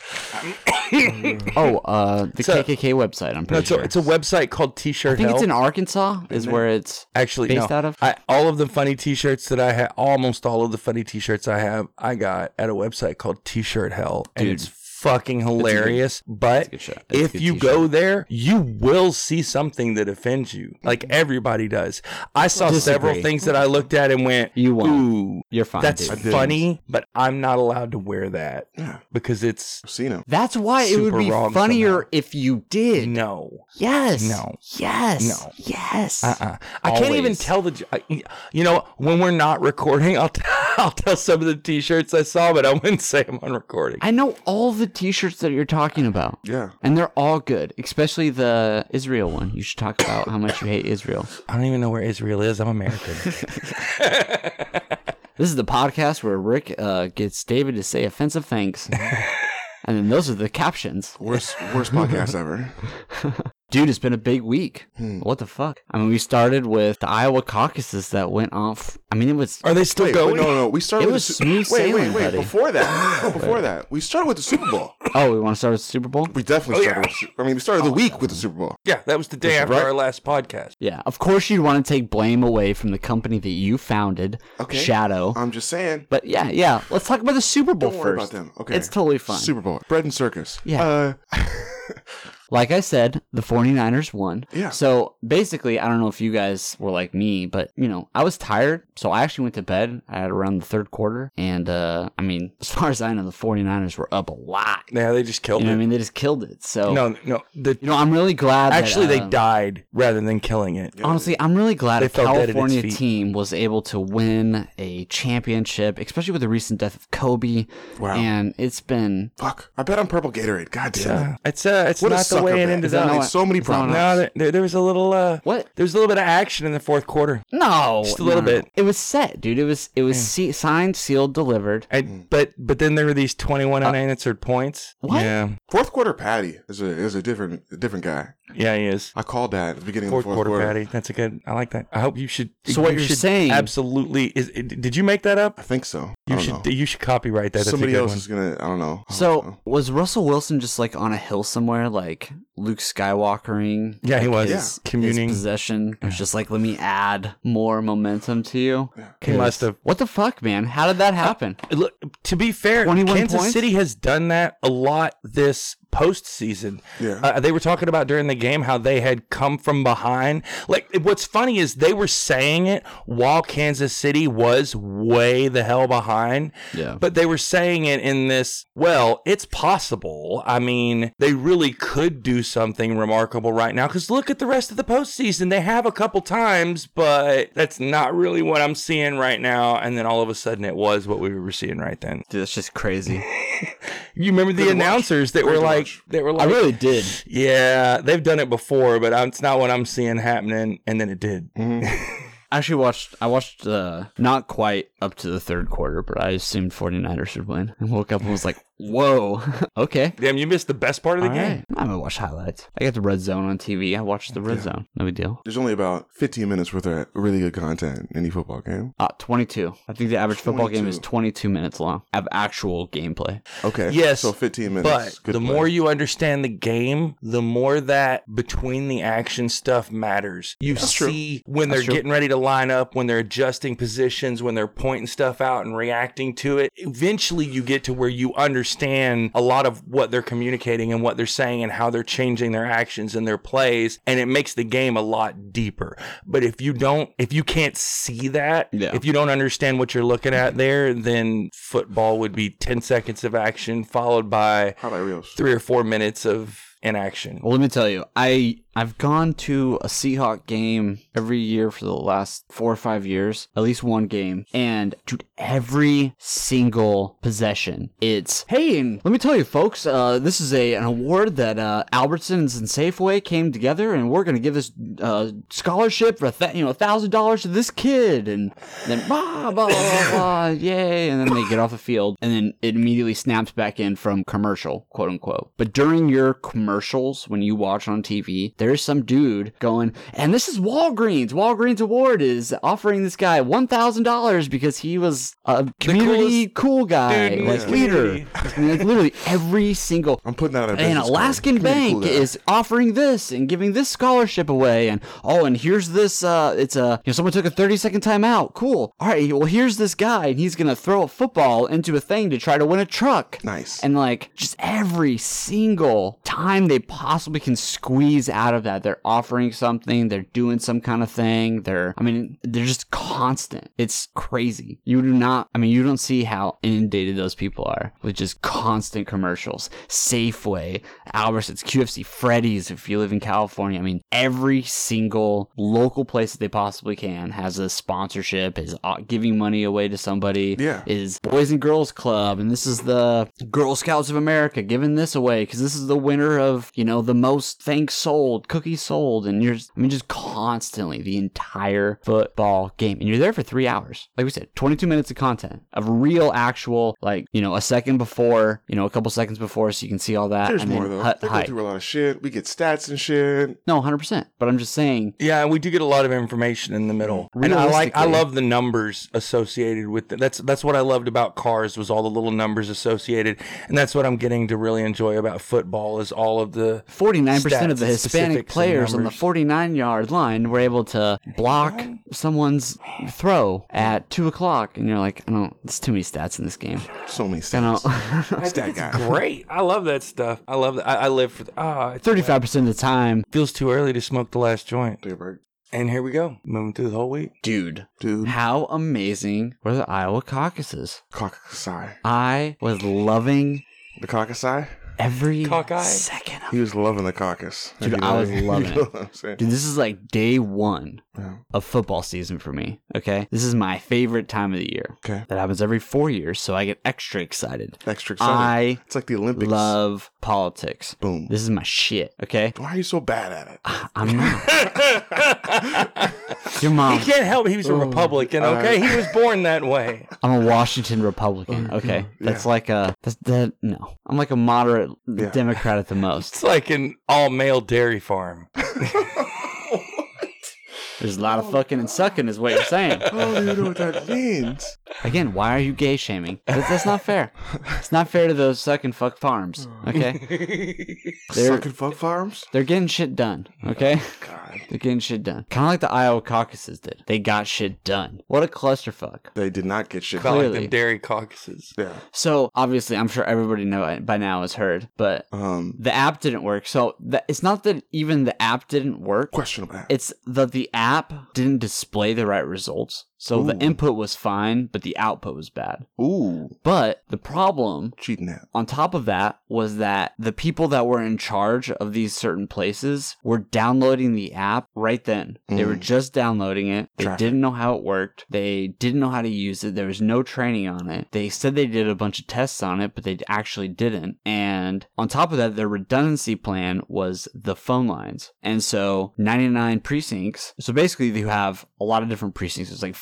Oh, uh, the
So-
KKK website. I'm pretty
No, it's, a,
sure.
it's a website called T-shirt.
I think it's
Hell.
in Arkansas. Is where it's.
actually
based
no.
out of?
I, all of the funny T-shirts that I have, almost all of the funny T-shirts I have, I got at a website called T-shirt Hell, and
Dude.
it's fucking hilarious. but
good shit. It's a
if
good
you
T-shirt.
go there, you will see something that offends you. Like everybody does. I saw several
Disagree.
things that I looked at and went,
You won't.
Ooh,
You're fine.
that's
dude.
didn't.
funny, but I'm not allowed to wear that
Yeah,
because it's
I've seen them.
That's why it would
super
be
wrong
funnier
somehow.
if you did.
no.
Yes.
No.
Yes.
No.
Yes.
Uh-uh. I can't even
Always.
tell the. j- I- You know, when we're not recording, I'll, t- I'll tell some of the T-shirts I saw, but I wouldn't say I'm on recording.
I know all the T-shirts that you're talking about.
Yeah.
And they're all good, especially the Israel one. You should talk about how much you hate Israel.
I don't even know where Israel is. I'm American.
This is the podcast where Rick uh, gets David to say offensive things. and then those are the captions.
Worst worst podcast ever.
Dude, it's been a big week.
Hmm.
What the fuck? I mean, we started with the Iowa caucuses that went off. I mean, it was.
Are they still
Wait,
going?
wait, no, no, we started
It
with
was
the
smooth
Wait, wait,
sailing,
wait.
buddy.
Before that, before that, we started with the Super Bowl.
Oh, we want to start with the Super Bowl?
We definitely
Oh,
started.
yeah.
With, the Su- I mean, we started the week with the Super Bowl.
Yeah, that was the day after
right.
our last podcast.
Yeah, of course you'd want to take blame away from the company that you founded,
Okay.
Shadow.
I'm just saying.
but yeah, yeah, let's talk about the Super Bowl
Don't
first.
worry about them. Okay,
It's totally fine.
Super Bowl, bread and circus.
Yeah.
Uh,
like I said, the 49ers won.
Yeah.
So basically, I don't know if you guys were like me, but you know, I was tired, so I actually went to bed at around the third quarter. And uh I mean, as far as I know, the 49ers were up a lot.
Yeah, they just killed
You know what I
it.
mean? They just killed it. So
No, no. The,
you know, I'm really glad that,
actually,
uh,
they died rather than killing it.
Honestly, I'm really glad
They
a
fell dead at its
California
feet.
team was able to win a championship, especially with the recent death of Kobe.
Wow.
And it's been
fuck. I bet on purple Gatorade. God damn
Yeah,
it.
it's uh, it's
What a
not the
sucker
way it
bet.
ended
Is that
up.
like so many
It's not
problems.
No, there, there was a little uh,
What?
There was a little bit of action in the fourth quarter.
no,
Just a little
no, no, no.
bit.
It was set, dude. It was it was se- signed, sealed, delivered.
Hmm.
And, but but then there were these 21 unanswered points.
what?
Yeah,
Fourth quarter Patty is a is a different a different guy.
yeah, he is.
I called that at the beginning
Fourth,
of the
quarter, Patty. That's a good. I like that. I hope you should.
So what
you
you're
should
saying-
absolutely is. Did you make that up?
I think so. I
You
don't
should.
know.
You should copyright that. That's
Somebody
a good
else
one.
is gonna. I don't know. I don't
Oh,
know.
So was Russell Wilson just like on a hill somewhere, like Luke Skywalkering?
Yeah, he was
his,
communing.
his possession. It was just like, let me add more momentum to you.
He must have.
What the fuck, man? How did that happen?
Look, to be fair,
21
Kansas
points?
City has done that a lot this postseason.
Yeah.
Uh, they were talking about during the game how they had come from behind. Like, what's funny is they were saying it while Kansas City was way the hell behind.
Yeah.
But they were saying it in this, well, it's possible. I mean, they really could do something remarkable right now because look at the rest of the postseason. They have a couple times, but that's not really what I'm seeing right now. And then all of a sudden, it was what we were seeing right then.
Dude, that's just crazy.
You remember the
to watch.
announcers that were
to
like,
watch.
that were
I
like,
really did.
Mm.
yeah, they've done it before, but I'm, it's not what I'm seeing happening. And then it did.
actually watched. I watched uh, not quite up to the third quarter, but I assumed 49ers would win. And woke up and was like, "Whoa, okay."
Damn, you missed the best part of the
All
game.
right. I'm gonna watch highlights. I got the red zone on TV. I watched the red zone. No big deal.
There's only about 15 minutes worth of really good content in any football game.
Uh, 22. I think the average football game is
22.
22 minutes long of actual gameplay.
Okay.
Yes,
So 15 minutes.
But the more you understand the game, the more that between the action stuff matters. You
That's true.
see when
That's
they're
true.
getting ready to line up, when they're adjusting positions, when they're pointing stuff out and reacting to it. Eventually, you get to where you understand a lot of what they're communicating and what they're saying and how they're changing their actions and their plays, and it makes the game a lot deeper. But if you don't, if you can't see that,
Yeah.
if you don't understand what you're looking at there, then football would be 10 seconds of action followed by
highlight reels.
three or four minutes of inaction.
Well, let me tell you, I I've gone to a Seahawk game every year for the last four or five years, at least one game, and dude, every single possession, it's hey, and let me tell you, folks, uh, this is a an award that uh, Albertsons and Safeway came together, and we're gonna give this uh, scholarship for a th- you know thousand dollars to this kid, and then blah blah blah blah, blah yay, and then they get off the field, and then it immediately snaps back in from commercial, quote unquote. But during your commercials, when you watch on TV, there's some dude going, and this is Walgreens. Walgreens Award is offering this guy one thousand dollars because he was a community cool guy,
dude in
like
his
leader.
community.
I mean, like literally every single
I'm putting that in a
an
business card.
Alaskan
Pretty cool
bank
guy.
is offering this and giving this scholarship away, and oh, and here's this. Uh, it's a you know someone took a thirty second time out. Cool. All right. Well, here's this guy, and he's gonna throw a football into a thing to try to win a truck.
Nice.
And like just every single time they possibly can squeeze out of that, they're offering something, they're doing some kind of thing. They're, I mean, they're just constant. It's crazy. You do not, I mean, you don't see how inundated those people are with just constant commercials. Safeway, Albertsons, QFC, Freddy's, if you live in California. I mean, every single local place that they possibly can has a sponsorship, is uh, giving money away to somebody
Yeah.
is Boys and Girls Club, and this is the Girl Scouts of America giving this away because this is the winner of you know the most things sold, cookies sold, and you're just, I mean just constantly the entire football game, and you're there for three hours. Like we said, 22 minutes of content of real, actual, like you know a second before, you know a couple seconds before, so you can see all that.
There's
and
more
then
though.
hi-
they go
hi-
through a lot of shit. We get stats and shit.
no, 100. percent But I'm just saying,
Yeah, and we do get a lot of information in the middle, Mm-hmm. and I like I
Realistically-
love the numbers associated with it. That's that's what I loved about cars was all the little numbers associated, and that's what I'm getting to really enjoy about football is all of the
49% of
Stats
the
and
Hispanic
specifics and
players on the
numbers.
49 yard line were able to block someone's throw at 2 o'clock. And you're like, I don't, there's too many stats in this game.
So
uh, I
many stats.
don't,
Stat guy.
great. I love that stuff. I love that. I, I live for ah. it
35% of the time.
feels too early to smoke the last joint,
Take a break.
and here we go, moving through the whole week.
Dude.
Dude.
How amazing were the Iowa caucuses?
Cockasai.
I was loving
The cockasai?
every
Cockeye.
second of
He was loving the caucus.
Dude,
You
I was
you
loving
know
it.
what I'm saying?
Dude, this is like day one
Yeah.
of football season for me. Okay. This is my favorite time of the year.
Okay.
That happens every four years, so I get extra excited.
Extra excited.
I
it's like the Olympics.
love politics.
Boom.
This is my shit, okay?
Why are you so bad at it?
I'm not. Your mom.
He can't help it. He was a Republican, okay? He was born that way.
I'm a Washington Republican, okay? That's like a that's that no. I'm like a moderate Democrat at the most.
It's like an all male dairy farm.
There's a lot of fucking and sucking is what you're saying.
Oh, you know what that means.
Again, why are you gay shaming? That's, that's not fair. It's not fair to those suck and fuck farms, okay? They're
Sucking fuck farms?
they're getting shit done, okay?
God.
They're getting shit done. Kind of like the Iowa caucuses did. They got shit done. What a clusterfuck.
They did not get shit.
About
done.
like
Clearly.
them dairy caucuses.
Yeah.
So obviously, I'm sure everybody know it by now has heard, but
Um,
the app didn't work. So the, it's not that even the app didn't work.
questionable. app.
It's that the app didn't display the right results. So the
Ooh.
input was fine, but the output was bad.
Ooh,
But the problem
cheating app.
on top of that was that the people that were in charge of these certain places were downloading the app right then. They were
Mm.
just downloading it. They
Traffic.
didn't know how it worked. They didn't know how to use it. There was no training on it. They said they did a bunch of tests on it, but they actually didn't. And on top of that, their redundancy plan was the phone lines. And so 99 precincts. So basically, you have a lot of different precincts. It's like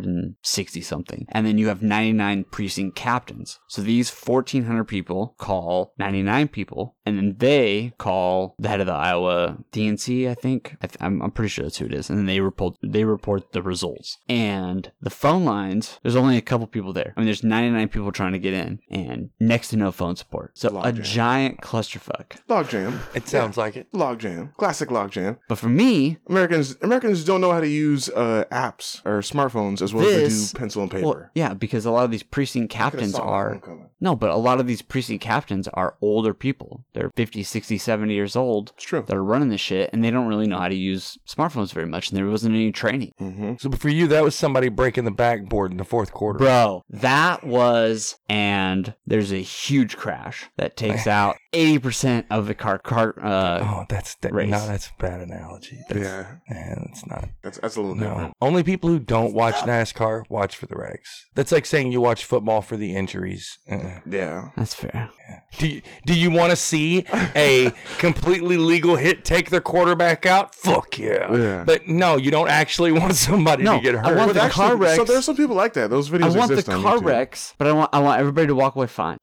1,460 something. And then you have 99 precinct captains. So these 1,400 people call 99 people, and then they call the head of the Iowa DNC, I think. I th- I'm, I'm pretty sure that's who it is. And then they report, they report the results. And the phone lines, there's only a couple people there. I mean, there's 99 people trying to get in, and next to no phone support. So a
Logjam.
giant clusterfuck.
Logjam.
It sounds like it.
Logjam. Classic logjam.
But for me,
Americans Americans don't know how to use uh, apps or smartphones as well as
This-
they do pencil and paper.
well, yeah, because a lot of these precinct
Coulda
captains
saw that
are.
one coming.
No, but a lot of these precinct captains are older people. They're 50, 60, 70 years old
It's true.
that are running this shit, and they don't really know how to use smartphones very much, and there wasn't any training.
Mm-hmm.
So for you, that was somebody breaking the backboard in the fourth quarter.
Bro, that was, and there's a huge crash that takes out 80% of the car, car uh,
Oh, that's that,
Race.
no, that's a bad analogy. That's,
Yeah,
eh, that's not.
that's that's a little
No,
different.
only people who don't watch NASCAR watch for the wrecks. That's like saying you watch football for the injuries. Uh-uh.
Yeah,
that's fair.
Do you, do you want to see a completely legal hit take their quarterback out? Fuck yeah.
Yeah.
But no, you don't actually want somebody
No,
to get
I
hurt.
want
But
the
actually,
car wrecks-
so there's some people like that. Those
I
videos
want the
exist on
car
YouTube.
wrecks, but I want I want everybody to walk away fine.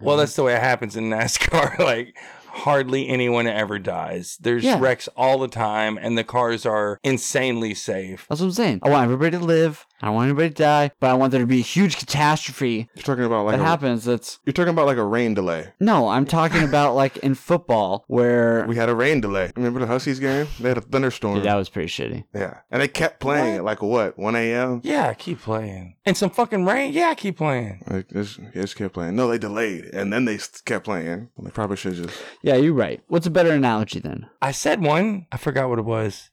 well, that's the way it happens in NASCAR. like hardly anyone ever dies. There's
Yeah.
wrecks all the time and the cars are insanely safe.
That's what I'm saying. I want everybody to live. I don't want anybody to die, but I want there to be a huge catastrophe
You're talking about like
that
a,
happens. That's
you're talking about like a rain delay.
no, I'm talking about like in football where
We had a rain delay. Remember the Huskies game? They had a thunderstorm.
Dude, that was pretty shitty.
yeah, and they kept playing at like what 1 a.m.
Yeah, keep playing. And some fucking rain. Yeah, keep playing.
Like, just, they just kept playing. No, they delayed, and then they s- kept playing. Well, they probably should just.
Yeah, you're right. What's a better analogy then?
I said one. I forgot what it was.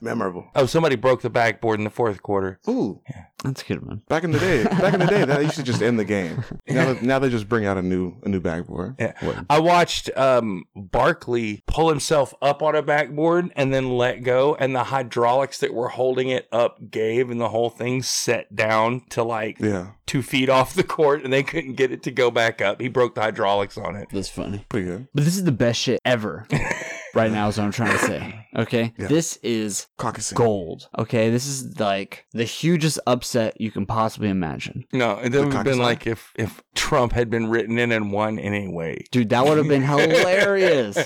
Memorable.
Oh, somebody broke the backboard in the fourth quarter.
Ooh,
That's a good one.
back in the day, back in the day, that used to just end the game. Now, they- now they just bring out a new a new backboard.
Yeah.
What?
I watched um, Barkley pull himself up on a backboard and then let go, and the hydraulics that were holding it up gave, and the whole thing set down to like
Yeah,
two feet off the court, and they couldn't get it to go back up. He broke the hydraulics on it.
That's funny.
pretty good.
But this is the best shit ever. right now is what I'm trying to say. Okay?
Yeah.
This is
Caucusing.
gold. Okay? This is like the hugest upset you can possibly imagine.
No, it would have
cock
been
slap?
like if if Trump had been written in and won anyway.
Dude, that would have been hilarious.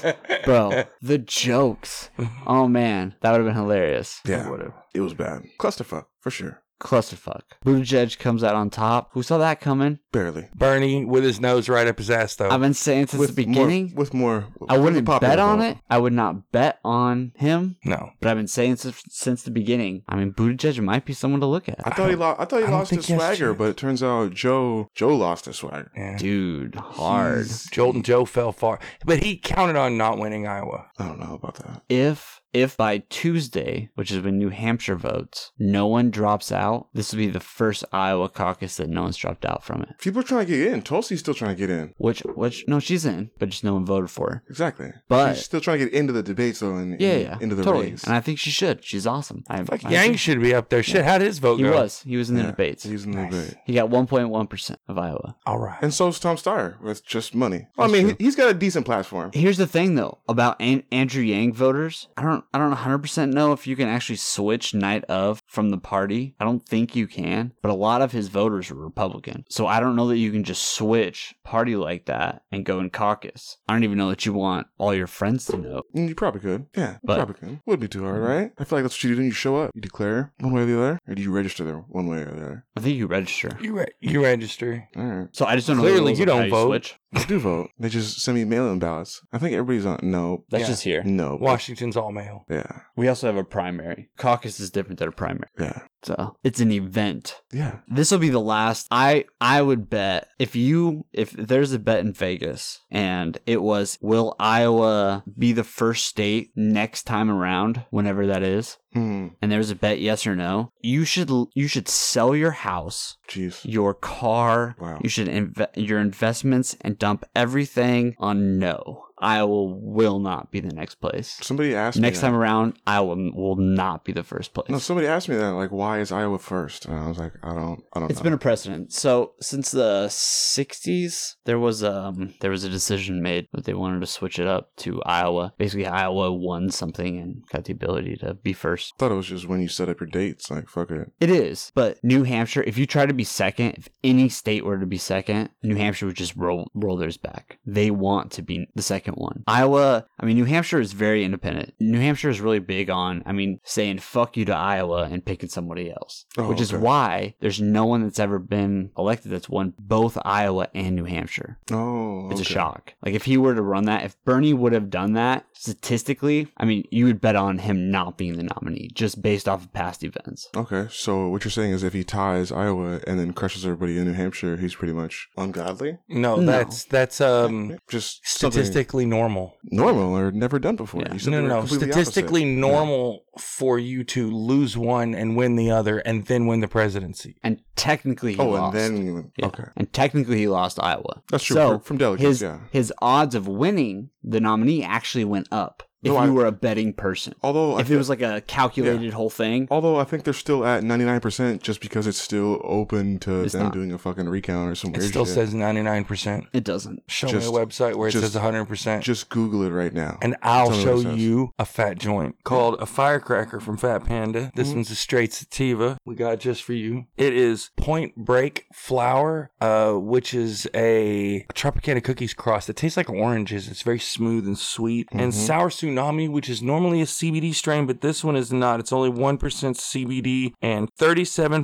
Bro, the jokes. Oh man, that would have been hilarious.
Yeah,
Whatever.
it was bad. Clusterfuck for sure.
Clusterfuck. Buttigieg comes out on top. Who saw that coming?
Barely.
Bernie with his nose right up his ass though.
I've been saying since the beginning.
More, Oh. with more.
I wouldn't
with the
bet on
popular
it. I would not bet on him.
no.
But I've been saying since, since the beginning. I mean, Buttigieg might be someone to look
vote. I
at.
thought he lost. I thought he
I don't
lost
think
his
he has
swagger,
chance.
but it turns out Joe Joe lost his swagger.
Yeah.
Dude, hard.
He's-
Jolton Joe fell far, but he counted on not winning Iowa.
I don't know about that.
If if by Tuesday, which is when New Hampshire votes, no one drops out, this will be the first Iowa caucus that no one's dropped out from it.
People are trying to get in. Tulsi's still trying to get in.
Which which no, she's in, but just no one voted for her.
Exactly.
But-
she's still trying to get into the debates though, and
Yeah,
and
yeah,
into the
totally.
race.
And I think she should. She's awesome. I,
Like
I
Yang
think-
should be up there. Shit, how did his vote
he
go?
was. He was in the
Yeah,
debates.
He's in the
Nice.
debate.
He got 1.1 percent of Iowa.
All right.
And so's Tom Steyer with just money. I
That's
mean,
true.
he- he's got a decent platform.
Here's the thing though about An- Andrew Yang voters. I don't I don't 100% know if you can actually switch night of from the party. I don't think you can, but a lot of his voters are Republican. So I don't know that you can just switch party like that and go in caucus. I don't even know that you want all your friends to know.
Mm, You probably could. Yeah, you
But-
probably could. Wouldn't be too hard, right? I feel like that's what you do. You show up, you declare one way or the other, or do you register there one way or the other?
I think you register.
You re- you register.
All right.
So I just don't know the
Clearly
rules
you
of how
don't vote.
switch.
I do vote. They just send me mail-in ballots. I think everybody's on. No,
That's
Yeah.
just here.
no.
Washington's all male.
Yeah,
We also have a primary. Caucus is different than a primary.
yeah,
So it's an event.
yeah.
this will be the last i i would bet if you if there's a bet in vegas and it was will iowa be the first state next time around whenever that is
Hmm.
and there's a bet yes or no you should you should sell your house
Jeez.
your car
Wow.
you should inve- your investments and dump everything on no Iowa will not be the next place.
Somebody asked
Next
me
time around, Iowa will not be the first place.
That. No, somebody asked me that. Like, why is Iowa first? And I was like, I don't, I don't.
It's
know.
been a precedent. So since the '60s, there was um there was a decision made that they wanted to switch it up to Iowa. Basically, Iowa won something and got the ability to be first.
thought it was just when you set up your dates. Like, fuck it.
It is, but New Hampshire. If you try to be second, if any state were to be second, New Hampshire would just roll roll theirs back. They want to be the second one. Iowa. I mean, New Hampshire is very independent. New Hampshire is really big on. I mean, saying fuck you to Iowa and picking somebody else,
Oh,
which is
okay.
why there's no one that's ever been elected that's won both Iowa and New Hampshire.
Oh,
It's
okay.
a shock. Like if he were to run that, if Bernie would have done that statistically, I mean, you would bet on him not being the nominee just based off of past events.
Okay, so what you're saying is if he ties Iowa and then crushes everybody in New Hampshire, he's pretty much ungodly.
No,
No.
that's that's um
Just something
statistically normal.
normal or never done before.
Yeah.
You said
No,
they
no,
were
no.
completely
Statistically
opposite.
normal for you to lose one and win the other, and then win the presidency.
and technically he
Oh,
lost.
and then you-
Yeah.
okay,
And technically he lost Iowa.
that's true.
So
for- from delegates,
his
yeah.
his odds of winning the nominee actually went up if
No,
you
I-
were a betting person.
Although I Oh.
if it was like a calculated whole thing,
Although I think they're still at 99% just because it's still open to
It's
them
not.
doing a fucking recount or some
It
weird
still
shit.
says ninety nine percent.
it doesn't.
Show
Just-
me a website where it
just-
says one hundred percent,
just Google it right now.
and I'll
Tell me what
show
it says.
you a fat joint Mm-hmm. called a firecracker from Fat Panda. This one's a straight sativa we got just for you. It is Point Break flour, uh, which is a Tropicana cookies cross. It tastes like oranges. It's very smooth and sweet. And
Mhm.
sour tsunami, which is normally a CBD strain, but this one is not. It's only 1% CBD and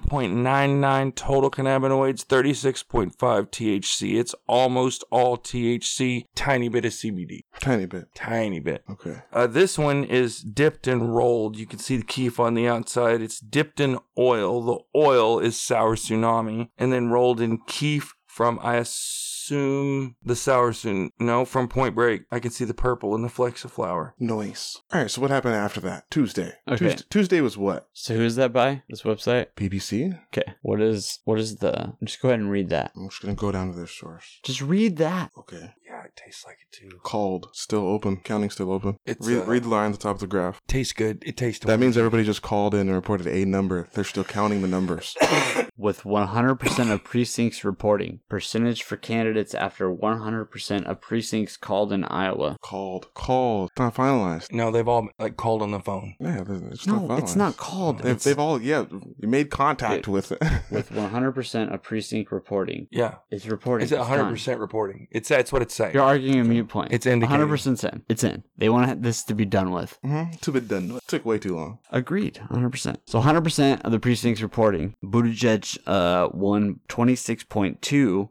37.99 total cannabinoids, 36.5 THC. It's almost all THC, tiny bit of CBD,
Tiny bit.
tiny bit.
Okay.
Uh, this one is dipped and rolled. You can see the keef on the outside. It's dipped in oil. The oil is sour tsunami, and then rolled in keef from I assume the sour tsunami. No, from Point Break. I can see the purple and the flexiflower.
Nice. All right, so what happened after that? Tuesday.
Okay.
Tuesday, Tuesday was what?
So who is that by? This website?
BBC?
Okay. What is what is the just go ahead and read that.
I'm just going to go down to their source.
Just read that.
Okay.
Yeah, it tastes like it too.
Called. Still open. Counting still open.
It's,
read,
uh,
read the line at the top of the graph.
Tastes good. It tastes.
That means everybody just called in and reported a number. They're still counting the numbers.
With 100% of precincts reporting, percentage for candidates after 100% of precincts called in Iowa.
called. Called. It's not finalized.
no, they've all like called on the phone.
Yeah, it's
No,
not finalized.
it's not called.
They've,
It's
they've all, yeah, you made
It-
contact with it.
with 100% of precinct reporting.
Yeah,
It's reporting.
it's at
done.
100 percent reporting. It's that's what it's saying.
You're arguing a mute point.
It's indicating.
100% in. It's in. They want this to be done with.
Mm-hmm. Too bit done. Took way too long.
Agreed. 100%. So 100% of the precincts reporting. Buttigieg uh, won 26.2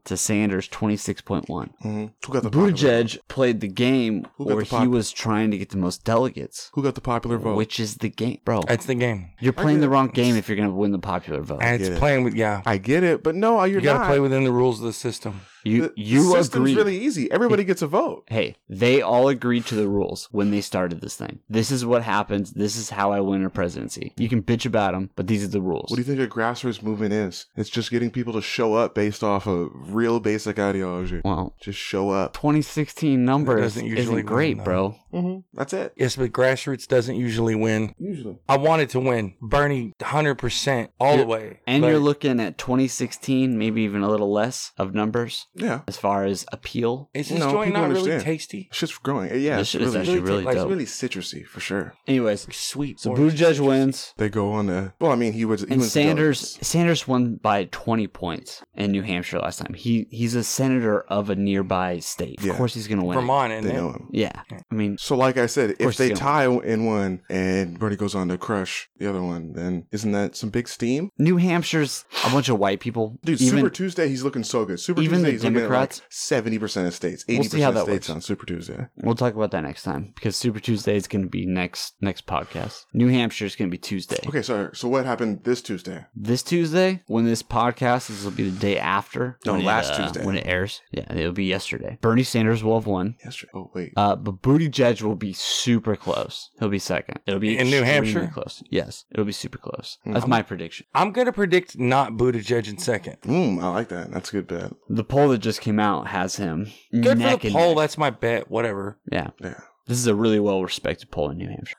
to Sanders 26.1.
Mm-hmm. Who got the popular
Buttigieg played the game
Who got
where
the pop-
he was trying to get the most delegates,
Who got the popular vote?
which is the game. Bro,
That's the game.
you're playing the
get it.
wrong game if you're going to win the popular vote.
And it's
get it.
playing with yeah.
I get it, but no, you're
You gotta
not.
play within the rules of the system.
You,
the,
you
the system's
agree.
really easy. Everybody gets a vote.
hey, they all agreed to the rules when they started this thing. This is what happens. This is how I win a presidency. You can bitch about them, but these are the rules.
What do you think a grassroots movement is? It's just getting people to show up based off of real basic ideology.
well,
Just show up.
2016
That
numbers
doesn't usually
isn't great,
win, though.
bro.
Mm-hmm. That's it.
Yes, but grassroots doesn't usually win.
Usually.
I wanted to win. Bernie, 100% all the
You're-
way.
And
Like,
you're looking at 2016, maybe even a little less of numbers
Yeah.
as far as appeal.
Is this
No,
joint
people
not really
understand.
tasty?
Shit's growing. Uh, Yeah.
This
it's
shit is actually really
like,
dope.
really citrusy for sure.
Anyways,
Sweet.
so
orange.
Buttigieg wins,
They go on to. Well, I mean, he was. He
and
was
Sanders Sanders won by 20 points in New Hampshire last time. He he's a senator of a nearby state. Of
Yeah.
course, he's gonna win. it.
Vermont, and
They know him.
Yeah, I mean,
So, like I said,
course
if they
he's
tie in one and Bernie goes on to crush the other one, then isn't that some big steam?
New Hampshire's a bunch of white people.
Dude,
even,
Super Tuesday, he's looking so good. Super
even
Tuesday,
the
he's looking at, like,
Democrats-
70% of states, 80%
We'll see how
of
that
states
works.
on Super Tuesday.
We'll talk about that next time because Super Tuesday is going to be next next podcast. New Hampshire's going to be Tuesday.
Okay, so so what happened this Tuesday?
This Tuesday, when this podcast, this will be the day after.
No,
Oh,
when it,
last
uh,
Tuesday.
when it airs. Yeah, it'll be yesterday. Bernie Sanders will have won.
Yesterday. Oh, wait.
Uh, but Booty Judge will be super close. He'll be second. It'll be
In New
extremely
Hampshire? Hmm.
close. Yes, it'll be super close. That's my prediction.
I'm going to predict not Buttigieg in second.
Mm, I like Hmm, that. That's a good bet.
The poll that just came out has him.
Good for
neck
the
and
poll.
neck.
That's my bet. Whatever.
Yeah.
Yeah.
This is a really well respected poll in New Hampshire.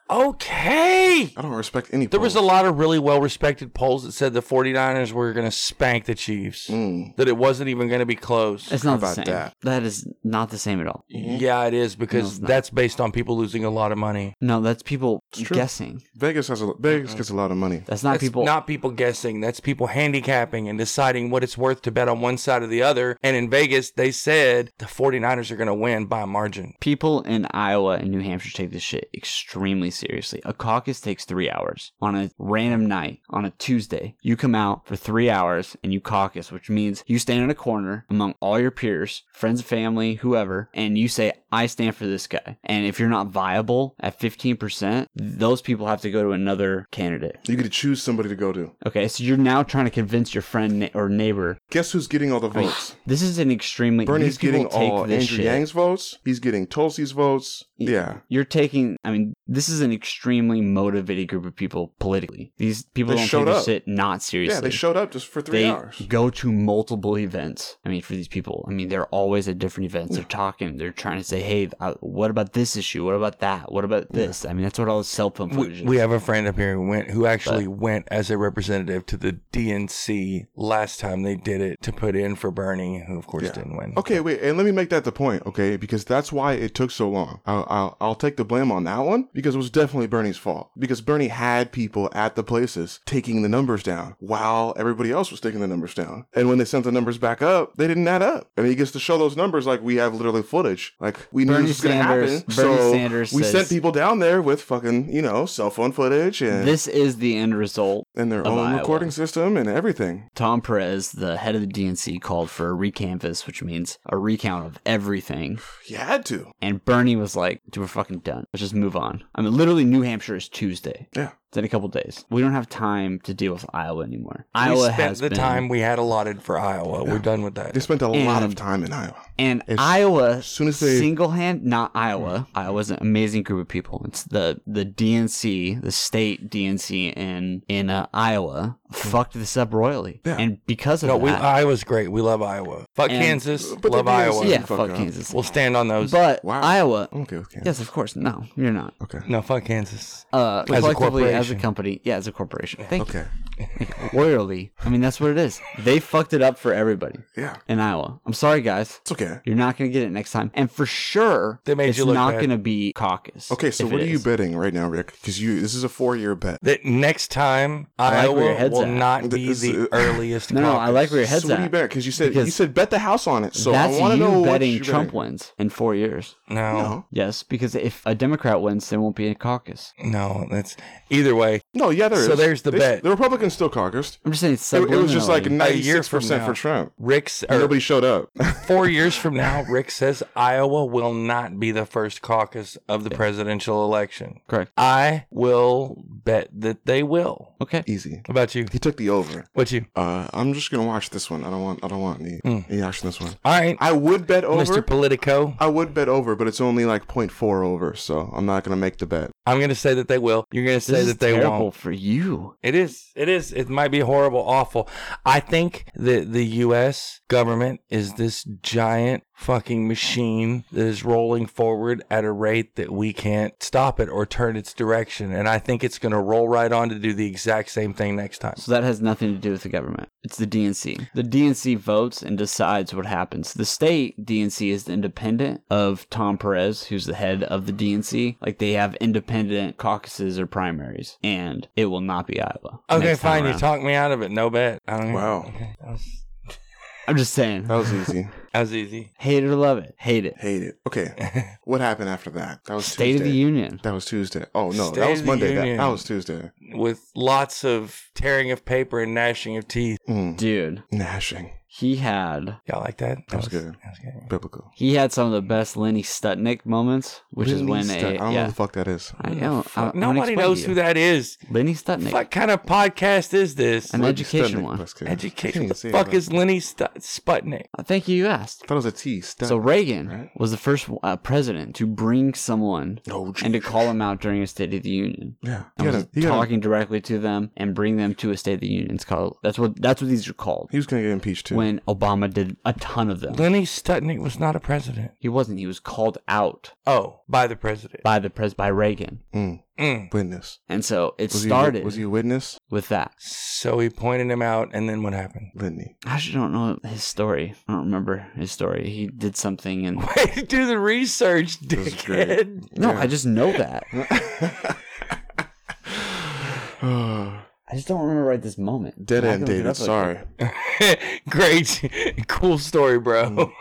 Okay.
I don't respect any.
There was a
polls.
lot of really well respected polls that said the 49ers were going to spank the Chiefs,
Mm.
that it wasn't even going to be close.
Hmm. It's not
about
the same.
that? Mm-hmm.
that is not the same at all.
yeah, it is because
it's not.
that's based on people losing a lot of money.
No, that's people
true.
guessing.
Vegas has a Vegas
Uh,
gets a lot of money.
That's not
That's
people.
not people guessing. That's people handicapping and deciding what it's worth to bet on one side or the other. And in Vegas, they said the 49ers are going to win by a margin.
People in Iowa and New Hampshire take this shit extremely seriously. A caucus takes three hours on a random night on a Tuesday. You come out for three hours and you caucus, which means you stand in a corner among all your peers, friends, family, whoever, and you say, I stand for this guy. And if you're not viable at 15%, those people have to go to another candidate.
You get to choose somebody to go to.
Okay, so you're now trying to convince your friend ne- or neighbor.
Guess who's getting all the votes?
This is an extremely.
Bernie's
these people
getting
take
all
this
Andrew
shit.
Yang's votes. He's getting Tulsi's votes.
Y-
Yeah.
you're taking i mean this is an extremely motivated group of people politically these people
They
don't
showed
take this
up.
shit not seriously
Yeah, they showed up just for three
They
hours.
go to multiple events i mean for these people i mean they're always at different events they're talking they're trying to say hey uh, what about this issue what about that what about this i mean that's what all the cell phone footage
We,
is.
we have a friend up here who went, who actually went as a representative to the DNC last time they did it to put in for Bernie, who of course
Yeah.
didn't win.
Okay, wait, and let me make that the point, okay? Because that's why it took so long. I'll, I'll, I'll take the blame on that one because it was definitely Bernie's fault. Because Bernie had people at the places taking the numbers down while everybody else was taking the numbers down. And when they sent the numbers back up, they didn't add up. And he gets to show those numbers like we have literally footage. Like we knew
Bernie
this was going to
Sanders-
happen.
Bernie
so
Sanders
we
says-
sent people down there with fucking, you know, cell phone footage and,
this is the end result
and their
of
own
Iowa.
recording system and everything.
Tom Perez, the head of the DNC, called for a recanvass, which means a recount of everything.
You had to.
And Bernie was like, dude, we're fucking done. Let's just move on. I mean, literally, New Hampshire is Tuesday.
Yeah.
It's in a couple days. We don't have time to deal with Iowa anymore.
We
Iowa
spent
has
the
been,
time we had allotted for Iowa. We're done with that.
They spent a lot of
And-
time in Iowa.
and
as
Iowa
soon as they-
single hand not
Hmm.
Iowa. Iowa's an amazing group of people. It's the the DNC, the state DNC in in uh, Iowa, fucked this up royally.
Yeah.
And because of
Hmm. No,
that,
we Iowa's great. We love Iowa. Fuck
And-
Kansas.
But
love
the DNC
Iowa. Hmm.
yeah,
fuck
fuck
up.
Kansas.
We'll stand on those.
but
Wow.
Iowa,
I'm okay with Kansas.
yes, of course. No, you're not.
Okay.
no, fuck Kansas.
Uh,
As a
collectively, as a
corporation.
company, yeah, as a corporation. Thank you.
Okay.
royally. I mean, that's what it is. They fucked it up for everybody
Yeah.
in Iowa. I'm sorry, guys.
It's okay.
You're not going to get it next time. And for sure,
They made
it's
you look
not
bad.
going to be caucus.
Okay, so
if
what
it
are you
is.
betting right now, Rick? Because you this is a four year bet.
That next time
like where your
Iowa
head's
will
at.
not be
This-
the earliest.
No, no, I like where your
So
head's
what do you
at.
bet? Because you said you
Because
said bet the house on it. So
that's
I want to
you
know what
betting
you
Trump wins in four years.
No,
No,
Yes, because if a Democrat wins, there won't be a caucus.
no, that's either way.
no, yeah, there is.
So there's the
They-
bet.
The Republicans still caucused.
I'm just saying,
It,
subliminally.
it was just like
A
ninety
year
six
from
percent
now.
for Trump.
Rick's or
Nobody showed up.
four years from now. Rick says Iowa will not be the first caucus of the presidential election.
correct.
I will bet that they will.
Okay.
Easy.
How about you?
He took the over.
What you?
Uh, I'm just gonna watch this one. I don't want. I don't want any,
Hmm.
any action this one.
All right,
I would bet over.
Mr. Politico.
I would bet over, but it's only like 0.4 over, so I'm not gonna make the bet.
I'm going to say that they will. You're going to
This
say
is
that they
terrible
won't.
for you.
It is. It is. It might be horrible, awful. I think that the U.S. government is this giant fucking machine that is rolling forward at a rate that we can't stop it or turn its direction. And I think it's going to roll right on to do the exact same thing next time.
So that has nothing to do with the government. It's the DNC. The DNC votes and decides what happens. The state DNC is independent of Tom Perez, who's the head of the DNC. Like they have independent caucuses or primaries, and it will not be Iowa.
Okay,
next time
fine. You
around.
talk me out of it. No bet. I don't
Wow.
Okay, That was,
I'm just saying,
Oh.
That was easy.
that was easy.
hate it or love it, hate it.
Hate it. Okay, what happened after that?
Oh,
That was
State of
Tuesday.
the Union.
That was Tuesday. Oh no,
State
that was
of the
Monday. That,
Union.
that was Tuesday.
With lots of tearing of paper and gnashing of teeth.
Mm.
Dude,
Gnashing,
he had
Y'all like that? That,
was good.
That was good.
biblical.
he had some of the best Lenny Stutnik moments, which is
Really
when
stuck. I
a
don't know
yeah.
who the fuck that is.
I know. I- I'm gonna
Nobody
explain
knows
to you.
who that is.
Lenny Stutnik.
What kind of podcast is this?
An
Lenny
education
Stutnik,
one.
let's go.
Education.
Can't
What the
even say it,
fuck
but-
is Lenny Stu- Sputnik?
Uh, Thank you. You past.
I thought it was a T. Stat.
So Reagan
Right.
was the first uh, president to bring someone
oh,
and to
Jesus.
call him out during a State of the Union.
Yeah.
I
He, had a,
was
he, had a-
talking directly to them and bring them to a State of the Union. It's called that's what that's what these are called.
he was going to get impeached too.
When Obama did a ton of them,
Lenny Stutnik was not a president.
he wasn't. He was called out
Oh, by the president.
by the pres by Reagan,
Mm.
Mm.
Witness.
and so it
Was he a-
started
was he a witness?
with that.
So he pointed him out, and then what happened?
Litany.
I actually don't know his story. I don't remember his story. He did something and
Way to do the research,
This is great.
dickhead.
no,
Yeah.
I just know that. I just don't remember right this moment.
Dead
I can look
end,
it
David.
up real
Sorry.
Great, cool story,
Mm.
bro.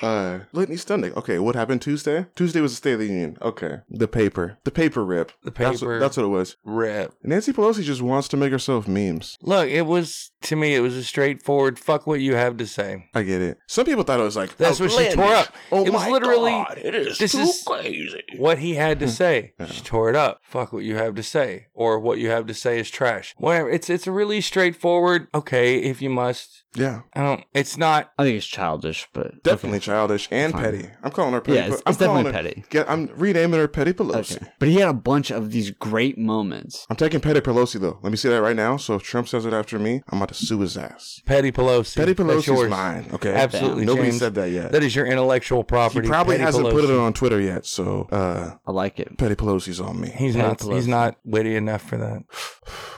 Uh, Litany Stundick. Okay, what happened Tuesday? Tuesday was the State of the Union. Okay. The paper. The paper rip.
The
That's what,
paper.
that's what it was.
Rip.
Nancy Pelosi just wants to make herself memes.
Look, it was to me. It was a straightforward. Fuck what you have to say.
I get it. Some people thought it was like
That's what she tore up.
Oh
it was
my
literally
God, it is
this
too
is-
crazy.
what he had to say.
Hmm. Yeah.
She tore it up. Fuck what you have to say, or what you have to say is trash. Whatever. It's it's a really straightforward. Okay, if you must.
Yeah,
I don't. It's not.
I think it's childish, but
definitely childish and
Fine.
petty. I'm calling her petty.
yeah, it's,
I'm
it's definitely
calling her-
petty.
Get, I'm renaming her Petty Pelosi.
Okay. But he had a bunch of these great moments.
I'm taking Petty Pelosi though. Let me say that right now. So if Trump says it after me, I'm about to sue his ass.
Petty Pelosi.
Petty
That's
Pelosi's
yours.
mine. Okay,
Absolutely,
Nobody
James.
said that yet.
That is your intellectual
he
property.
probably
Petty
hasn't put
Pelosi.
it on Twitter yet. So uh,
I like it.
Petty Pelosi's on me.
He's
Petty
not.
Pelosi.
He's not witty enough for that.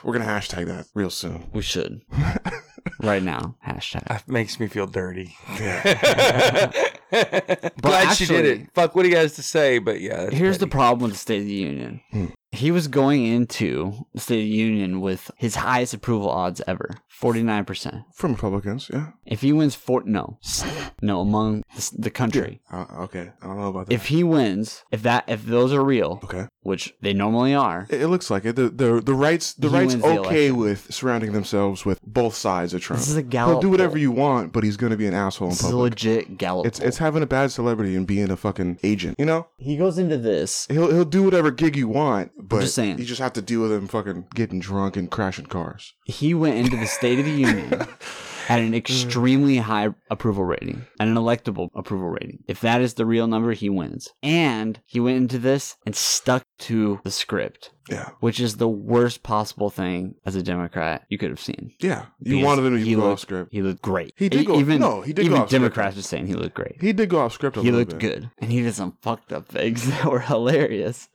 We're gonna hashtag that real soon.
We should. right now. Hashtag.
That makes me feel dirty.
Yeah.
Glad she did
actually-
it. Fuck what he has to say, but yeah. that's
Here's the
petty.
problem with the State of the Union.
Hmm.
He was going into the State of the Union with his highest approval odds ever, forty nine percent.
From Republicans, yeah.
If he wins, four no, no among the, s- the country.
Uh, okay, I don't know about that.
If he wins, if that if those are real,
okay.
which they normally are,
It it looks like it. The the, the rights the
He
rights
wins the
okay
election.
with surrounding themselves with both sides of Trump.
this is a Gallup.
He'll do whatever
poll.
you want, but he's gonna be an asshole in
This is a
public.
legit Gallup.
It's
poll.
it's having a bad celebrity and being a fucking agent. You know,
he goes into this.
he'll he'll do whatever gig you want, but
just saying.
you just have to deal with him fucking getting drunk and crashing cars.
He went into the State of the Union at an extremely high approval rating and an electable approval rating. If that is the real number, he wins. And he went into this and stuck to the script,
Yeah,
which is the worst possible thing as a Democrat you could have seen.
yeah. You
Because
wanted him to
he
go
looked-
off script.
He looked great.
He did
E-
go-
even,
no, he did go
Even
off script.
Democrats were saying he looked great.
He did go off script a
He
little
looked
bit.
good, and he did some fucked up things that were hilarious.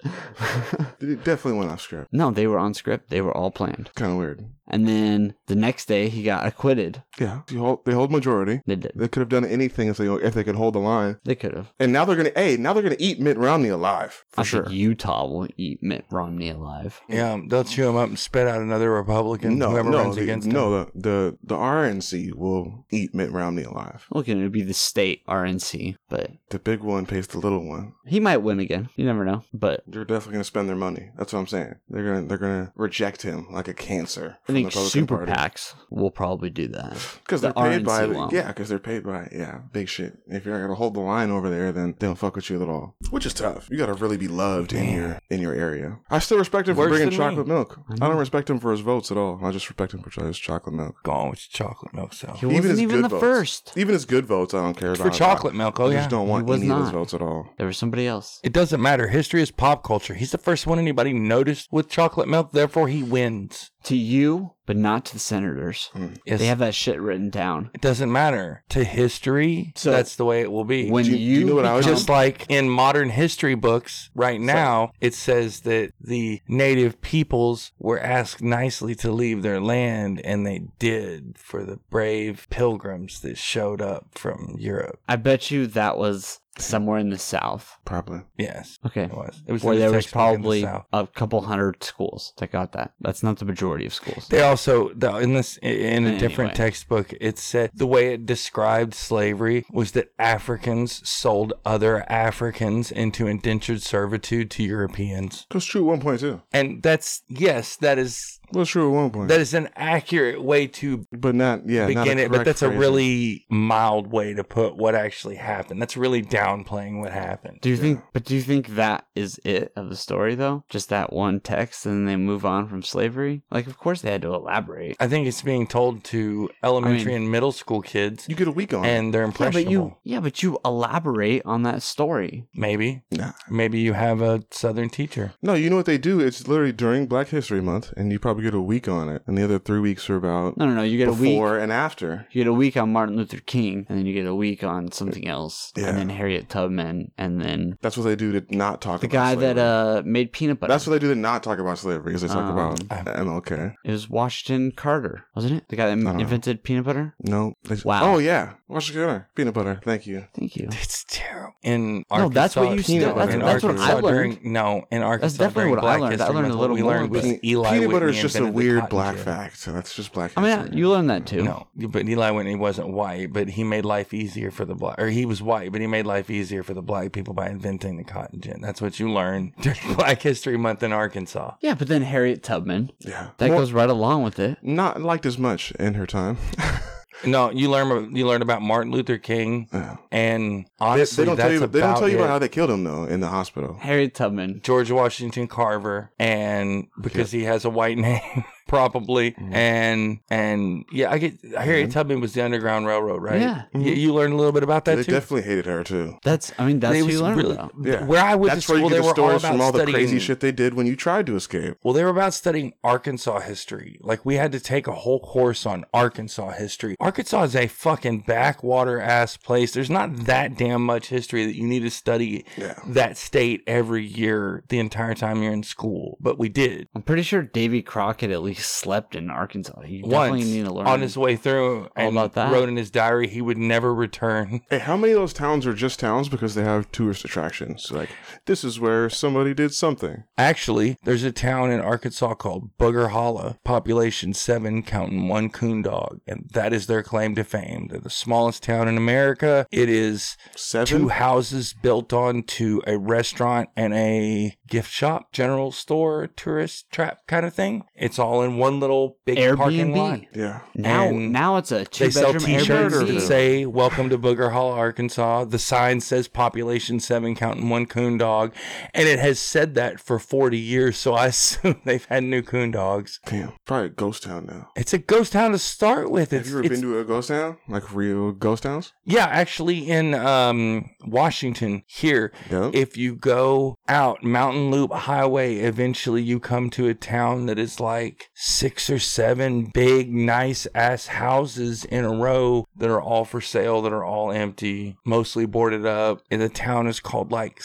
good. He definitely went off script.
no, they were on script. They were all planned.
Kind of weird.
And then the next day, he got acquitted.
Yeah, they hold, they hold majority.
They did.
They could have done anything if they if they could hold the line.
They could have.
And now they're gonna hey now they're gonna eat Mitt Romney alive for
I
sure.
think Utah will eat Mitt Romney alive.
Yeah, um, they'll chew him up and spit out another Republican.
no,
whoever
no,
runs
the,
against him.
no, the the the RNC will eat Mitt Romney alive.
Look, it would be the state RNC, but
The big one pays the little one.
he might win again. You never know. But
They're definitely gonna spend their money. That's what I'm saying. They're gonna they're gonna reject him like a cancer.
I
from
think
the Republican
super
Party.
PACs will probably do that.
Because
The
they're paid by
RNC
it.
won't.
Yeah, because they're paid by it. Yeah, big shit. If you're not gonna hold the line over there, then they don't fuck with you at all. Which is tough. You gotta really be loved in your in your area. I still respect him for
Worse
bringing
than
chocolate
me.
milk.
I
I,
know.
don't respect him for his votes at all. I just respect him for his chocolate milk.
Gone with your chocolate milk, so.
He wasn't
Oh, his
even
good
the
votes.
first.
Even his good votes, I don't care
It's
about.
for
at all.
chocolate milk. Oh
I
yeah.
just don't want
He was
any of his
not.
votes at all.
There was somebody else.
It doesn't matter. History is pop culture. He's the first one anybody noticed with chocolate milk. Therefore, he wins.
To you, but not to the senators.
Hmm.
Yes.
They have that shit written down.
it doesn't matter to history.
So-
that's the way it will be.
When
do
you,
you- do you know what I was
become-
just like in modern history books right now, it says that the native peoples were asked nicely to leave their land, and they did for the brave pilgrims that showed up from Europe.
I bet you that was somewhere in the South.
Probably.
Yes,
Okay.
it was. It was
Where
in the
there was
textbook in the
probably
South.
a couple hundred schools that got that. That's not the majority of schools.
They also though in this in a different
Anyway.
textbook it said the way it described slavery was that Africans sold other Africans into indentured servitude to Europeans.
That's true. One point two.
And that's yes, that is
Well, true at one point,
That is an accurate way to
but not yeah. not a
begin it, but
correct
that's a
phrasing.
really mild way to put what actually happened. That's really downplaying what happened.
Do you think? But do you think that is it of the story, though? Just that one text, and they move on from slavery. Like, of course, they had to elaborate.
I think it's being told to elementary and middle school kids,
You get a week on. it.
and they're
Yeah,
impressionable.
but you, yeah, but you elaborate on that story.
maybe,
Nah.
maybe you have a Southern teacher.
No, you know what they do? It's literally during Black History Month, and you probably get a week on it, and the other three weeks are about
No, no, no. You get a week.
before and after.
You get a week on Martin Luther King, and then you get a week on something else,
Yeah.
and then Harriet Tubman, and then
That's what they do to not talk
the
about
guy
slavery.
that uh made peanut butter.
That's what they do to not talk about slavery, because they talk
Um,
about
I-
MLK.
it was Washington Carter, wasn't it? The guy that
don't know.
invented peanut butter.
No. They,
Wow.
Oh, yeah. Watch the dinner. Peanut butter. Thank you.
Thank you.
It's terrible. In
No,
Arkansas,
that's what you
peanut
said.
butter.
That's-
In
that's what I
Arkansas
learned.
During, no, in Arkansas,
definitely
during
what I
Black
learned. I
History
learned a
Month,
little
what we
more,
learned was
but-
Eli
Peanut butter
Whitney
is just a
invented the
weird
cotton
black
gin.
fact. So that's just black
I
history.
mean, yeah, you learned that too.
No, but Eli Whitney wasn't white, but he made life easier for the black, or he was white, but he made life easier for the black people by inventing the cotton gin. That's what you learn during Black History Month in Arkansas.
Yeah, but then Harriet Tubman.
yeah.
That
Well,
goes right along with it.
not liked as much in her time.
No, you learn you learn about Martin Luther King,
Yeah.
and
They,
honestly,
they don't tell
that's
you. They don't tell you about
it.
how they killed him though in the hospital.
Harriet Tubman.
George Washington Carver, and because he has a white name, probably,
Mm-hmm.
and and yeah, I get Harriet Tubman was the Underground Railroad, right?
Yeah.
you, you learned a little bit about that
Mm-hmm. they
too.
definitely hated her too.
That's. I mean, that's
They
who
was
you learned
really-
about.
Yeah.
Where I went
That's
to
where
school,
you
they
get the
were all
stories
about
from all the
studying
crazy shit they did when you tried to escape.
Well, they were about studying Arkansas history. Like, we had to take a whole course on Arkansas history. Arkansas is a fucking backwater ass place. There's not that damn much history that you need to study
Yeah.
that state every year the entire time you're in school. But we did
I'm pretty sure Davy Crockett at least slept in Arkansas. You
once
definitely need to learn
on his way through and
about that.
wrote in his diary he would never return.
Hey, how many of those towns are just towns because they have tourist attractions? Like this is where somebody did something.
Actually, there's a town in Arkansas called Booger Hollow, population seven, counting one coon dog, and that is their claim to fame. They're the smallest town in America. It is two
Seven.
houses built onto a restaurant and a gift shop, general store, tourist trap kind of thing. It's all in one little big parking lot.
Airbnb.
Yeah.
Now,
And
now it's a two
They sell
bedroom
T-shirts
Airbnb.
that say "Welcome to Booger Hall, Arkansas." The sign says "Population Seven, counting one coon dog," and it has said that for forty years. So I assume they've had new coon dogs.
Damn. Probably a ghost town now.
It's a ghost town to start with. It's,
Have you ever
it's-
been to a ghost town? Like real ghost towns?
yeah, actually, in um, Washington here,
Yep.
if you go out Mountain Loop Highway, eventually you come to a town that is like six or seven big, nice ass houses in a row that are all for sale, that are all empty, mostly boarded up. And the town is called like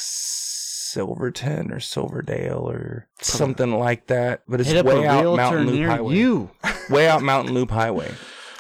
Silverton or Silverdale or something like that. But it's
Hit up
way
a
out
realtor
Mountain Loop
near
Highway.
you.
Way out Mountain Loop Highway.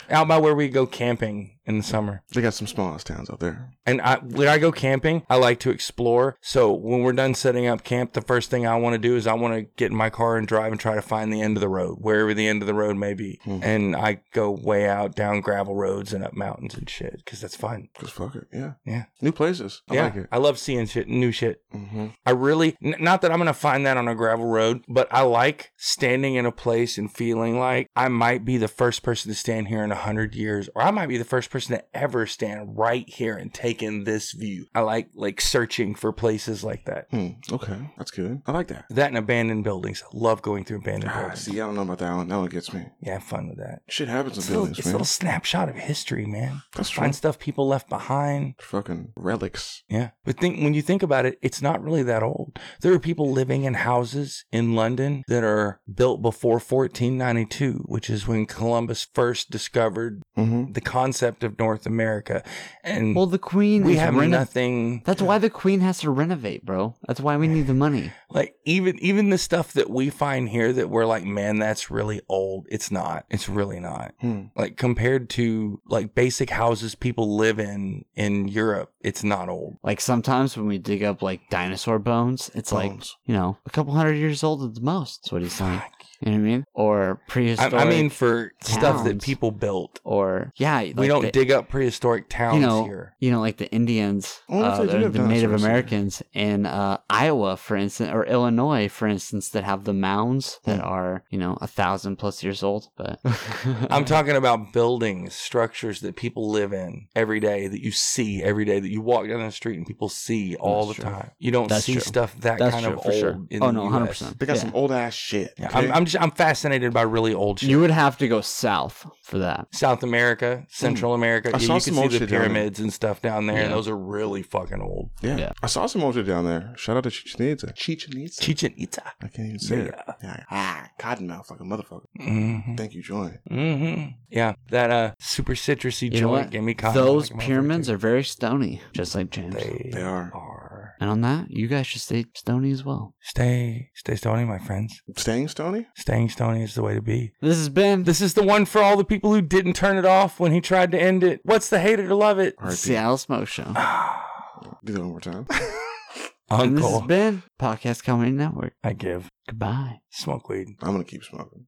Out by where we go camping in the summer.
They got some smallest towns out there.
And I, when I go camping, I like to explore. So when we're done setting up camp, the first thing I want to do is I want to get in my car and drive and try to find the end of the road, wherever the end of the road may be.
Hmm.
And I go way out down gravel roads and up mountains and shit because that's fun.
Cause fuck it. Yeah.
Yeah.
New places. I
yeah.
like it.
I love seeing shit, new shit.
hmm
I really, n- not that I'm going to find that on a gravel road, but I like standing in a place and feeling like I might be the first person to stand here in a 100 years, or I might be the first person to ever stand right here and take in this view. I like, like, searching for places like that.
Hmm. Okay. That's good. I like that.
That and abandoned buildings. I love going through abandoned
Ah,
buildings.
see, I don't know about that one. That one gets me.
Yeah, have fun with that.
Shit happens in
It's a, little,
buildings,
it's a
man.
little snapshot of history, man.
That's true.
Find stuff people left behind.
Fucking relics.
Yeah. But think when you think about it, it's not really that old. There are people living in houses in London that are built before 1492, which is when Columbus first discovered
Mm-hmm.
the concept of North America. And
Well, the Queen.
we
is
have
reno-
nothing
That's why the Queen has to renovate, bro. That's why we need the money.
like even even the stuff that we find here that we're like, man, that's really old. It's not. It's really not.
Hmm.
Like compared to like basic houses people live in in Europe, it's not old.
Like sometimes when we dig up like dinosaur bones, it's like
Bones.
you know a couple hundred years old at the most. That's what he's saying. You know what I mean? Or
I,
prehistoric.
I mean, for stuff that
towns.
people built.
or yeah,
we
like
don't
they Right.
dig up prehistoric towns
you know,
here.
you know, like the Indians,
I wonder if
uh,
they do
the,
have
the Native
dinosaurs here.
Americans in uh, Iowa, for instance, or Illinois, for instance, that have the mounds that
Hmm.
are you know a thousand plus years old. But
I'm talking about buildings, structures that people live in every day, that you see every day, that you walk down the street and people see all
That's
the
true.
time. You don't
That's
see
true.
stuff that
That's
kind
true,
of
for
old.
sure.
In
oh
the
no,
US.
hundred percent.
They got some old ass shit.
Yeah,
okay?
I'm, I'm just I'm fascinated by really old shit.
You Mm. would have to go south for that.
South America, Central America.
I
yeah,
saw
you
some
can see
old
the
shit down there.
pyramids and stuff down there, and
Yeah.
those are really fucking old.
yeah.
Yeah.
I saw some old shit down there. Shout out to Chichen Itza. Chichen Itza.
Chichen Itza.
I can't even say it.
Yeah.
Yeah. Ah, cottonmouth like a motherfucker.
Mm-hmm.
Thank you, Joy.
hmm Yeah, that uh, super citrusy
You know
joint
what?
gave me cotton.
Those pyramids are very stony, just like James.
They,
They are.
are.
and on that, you guys should stay stony as well.
Stay, stay stony, my friends.
Staying stony?
Staying stony is the way to be.
This has been.
This is the one for all the people who didn't turn it off when he tried to end it. What's the hater to love it?
the
RIP.
Seattle Smoke Show.
Do that one more time.
And this has
Uncle,
been Podcast Comedy Network.
I give.
Goodbye.
Smoke weed.
I'm going to keep smoking.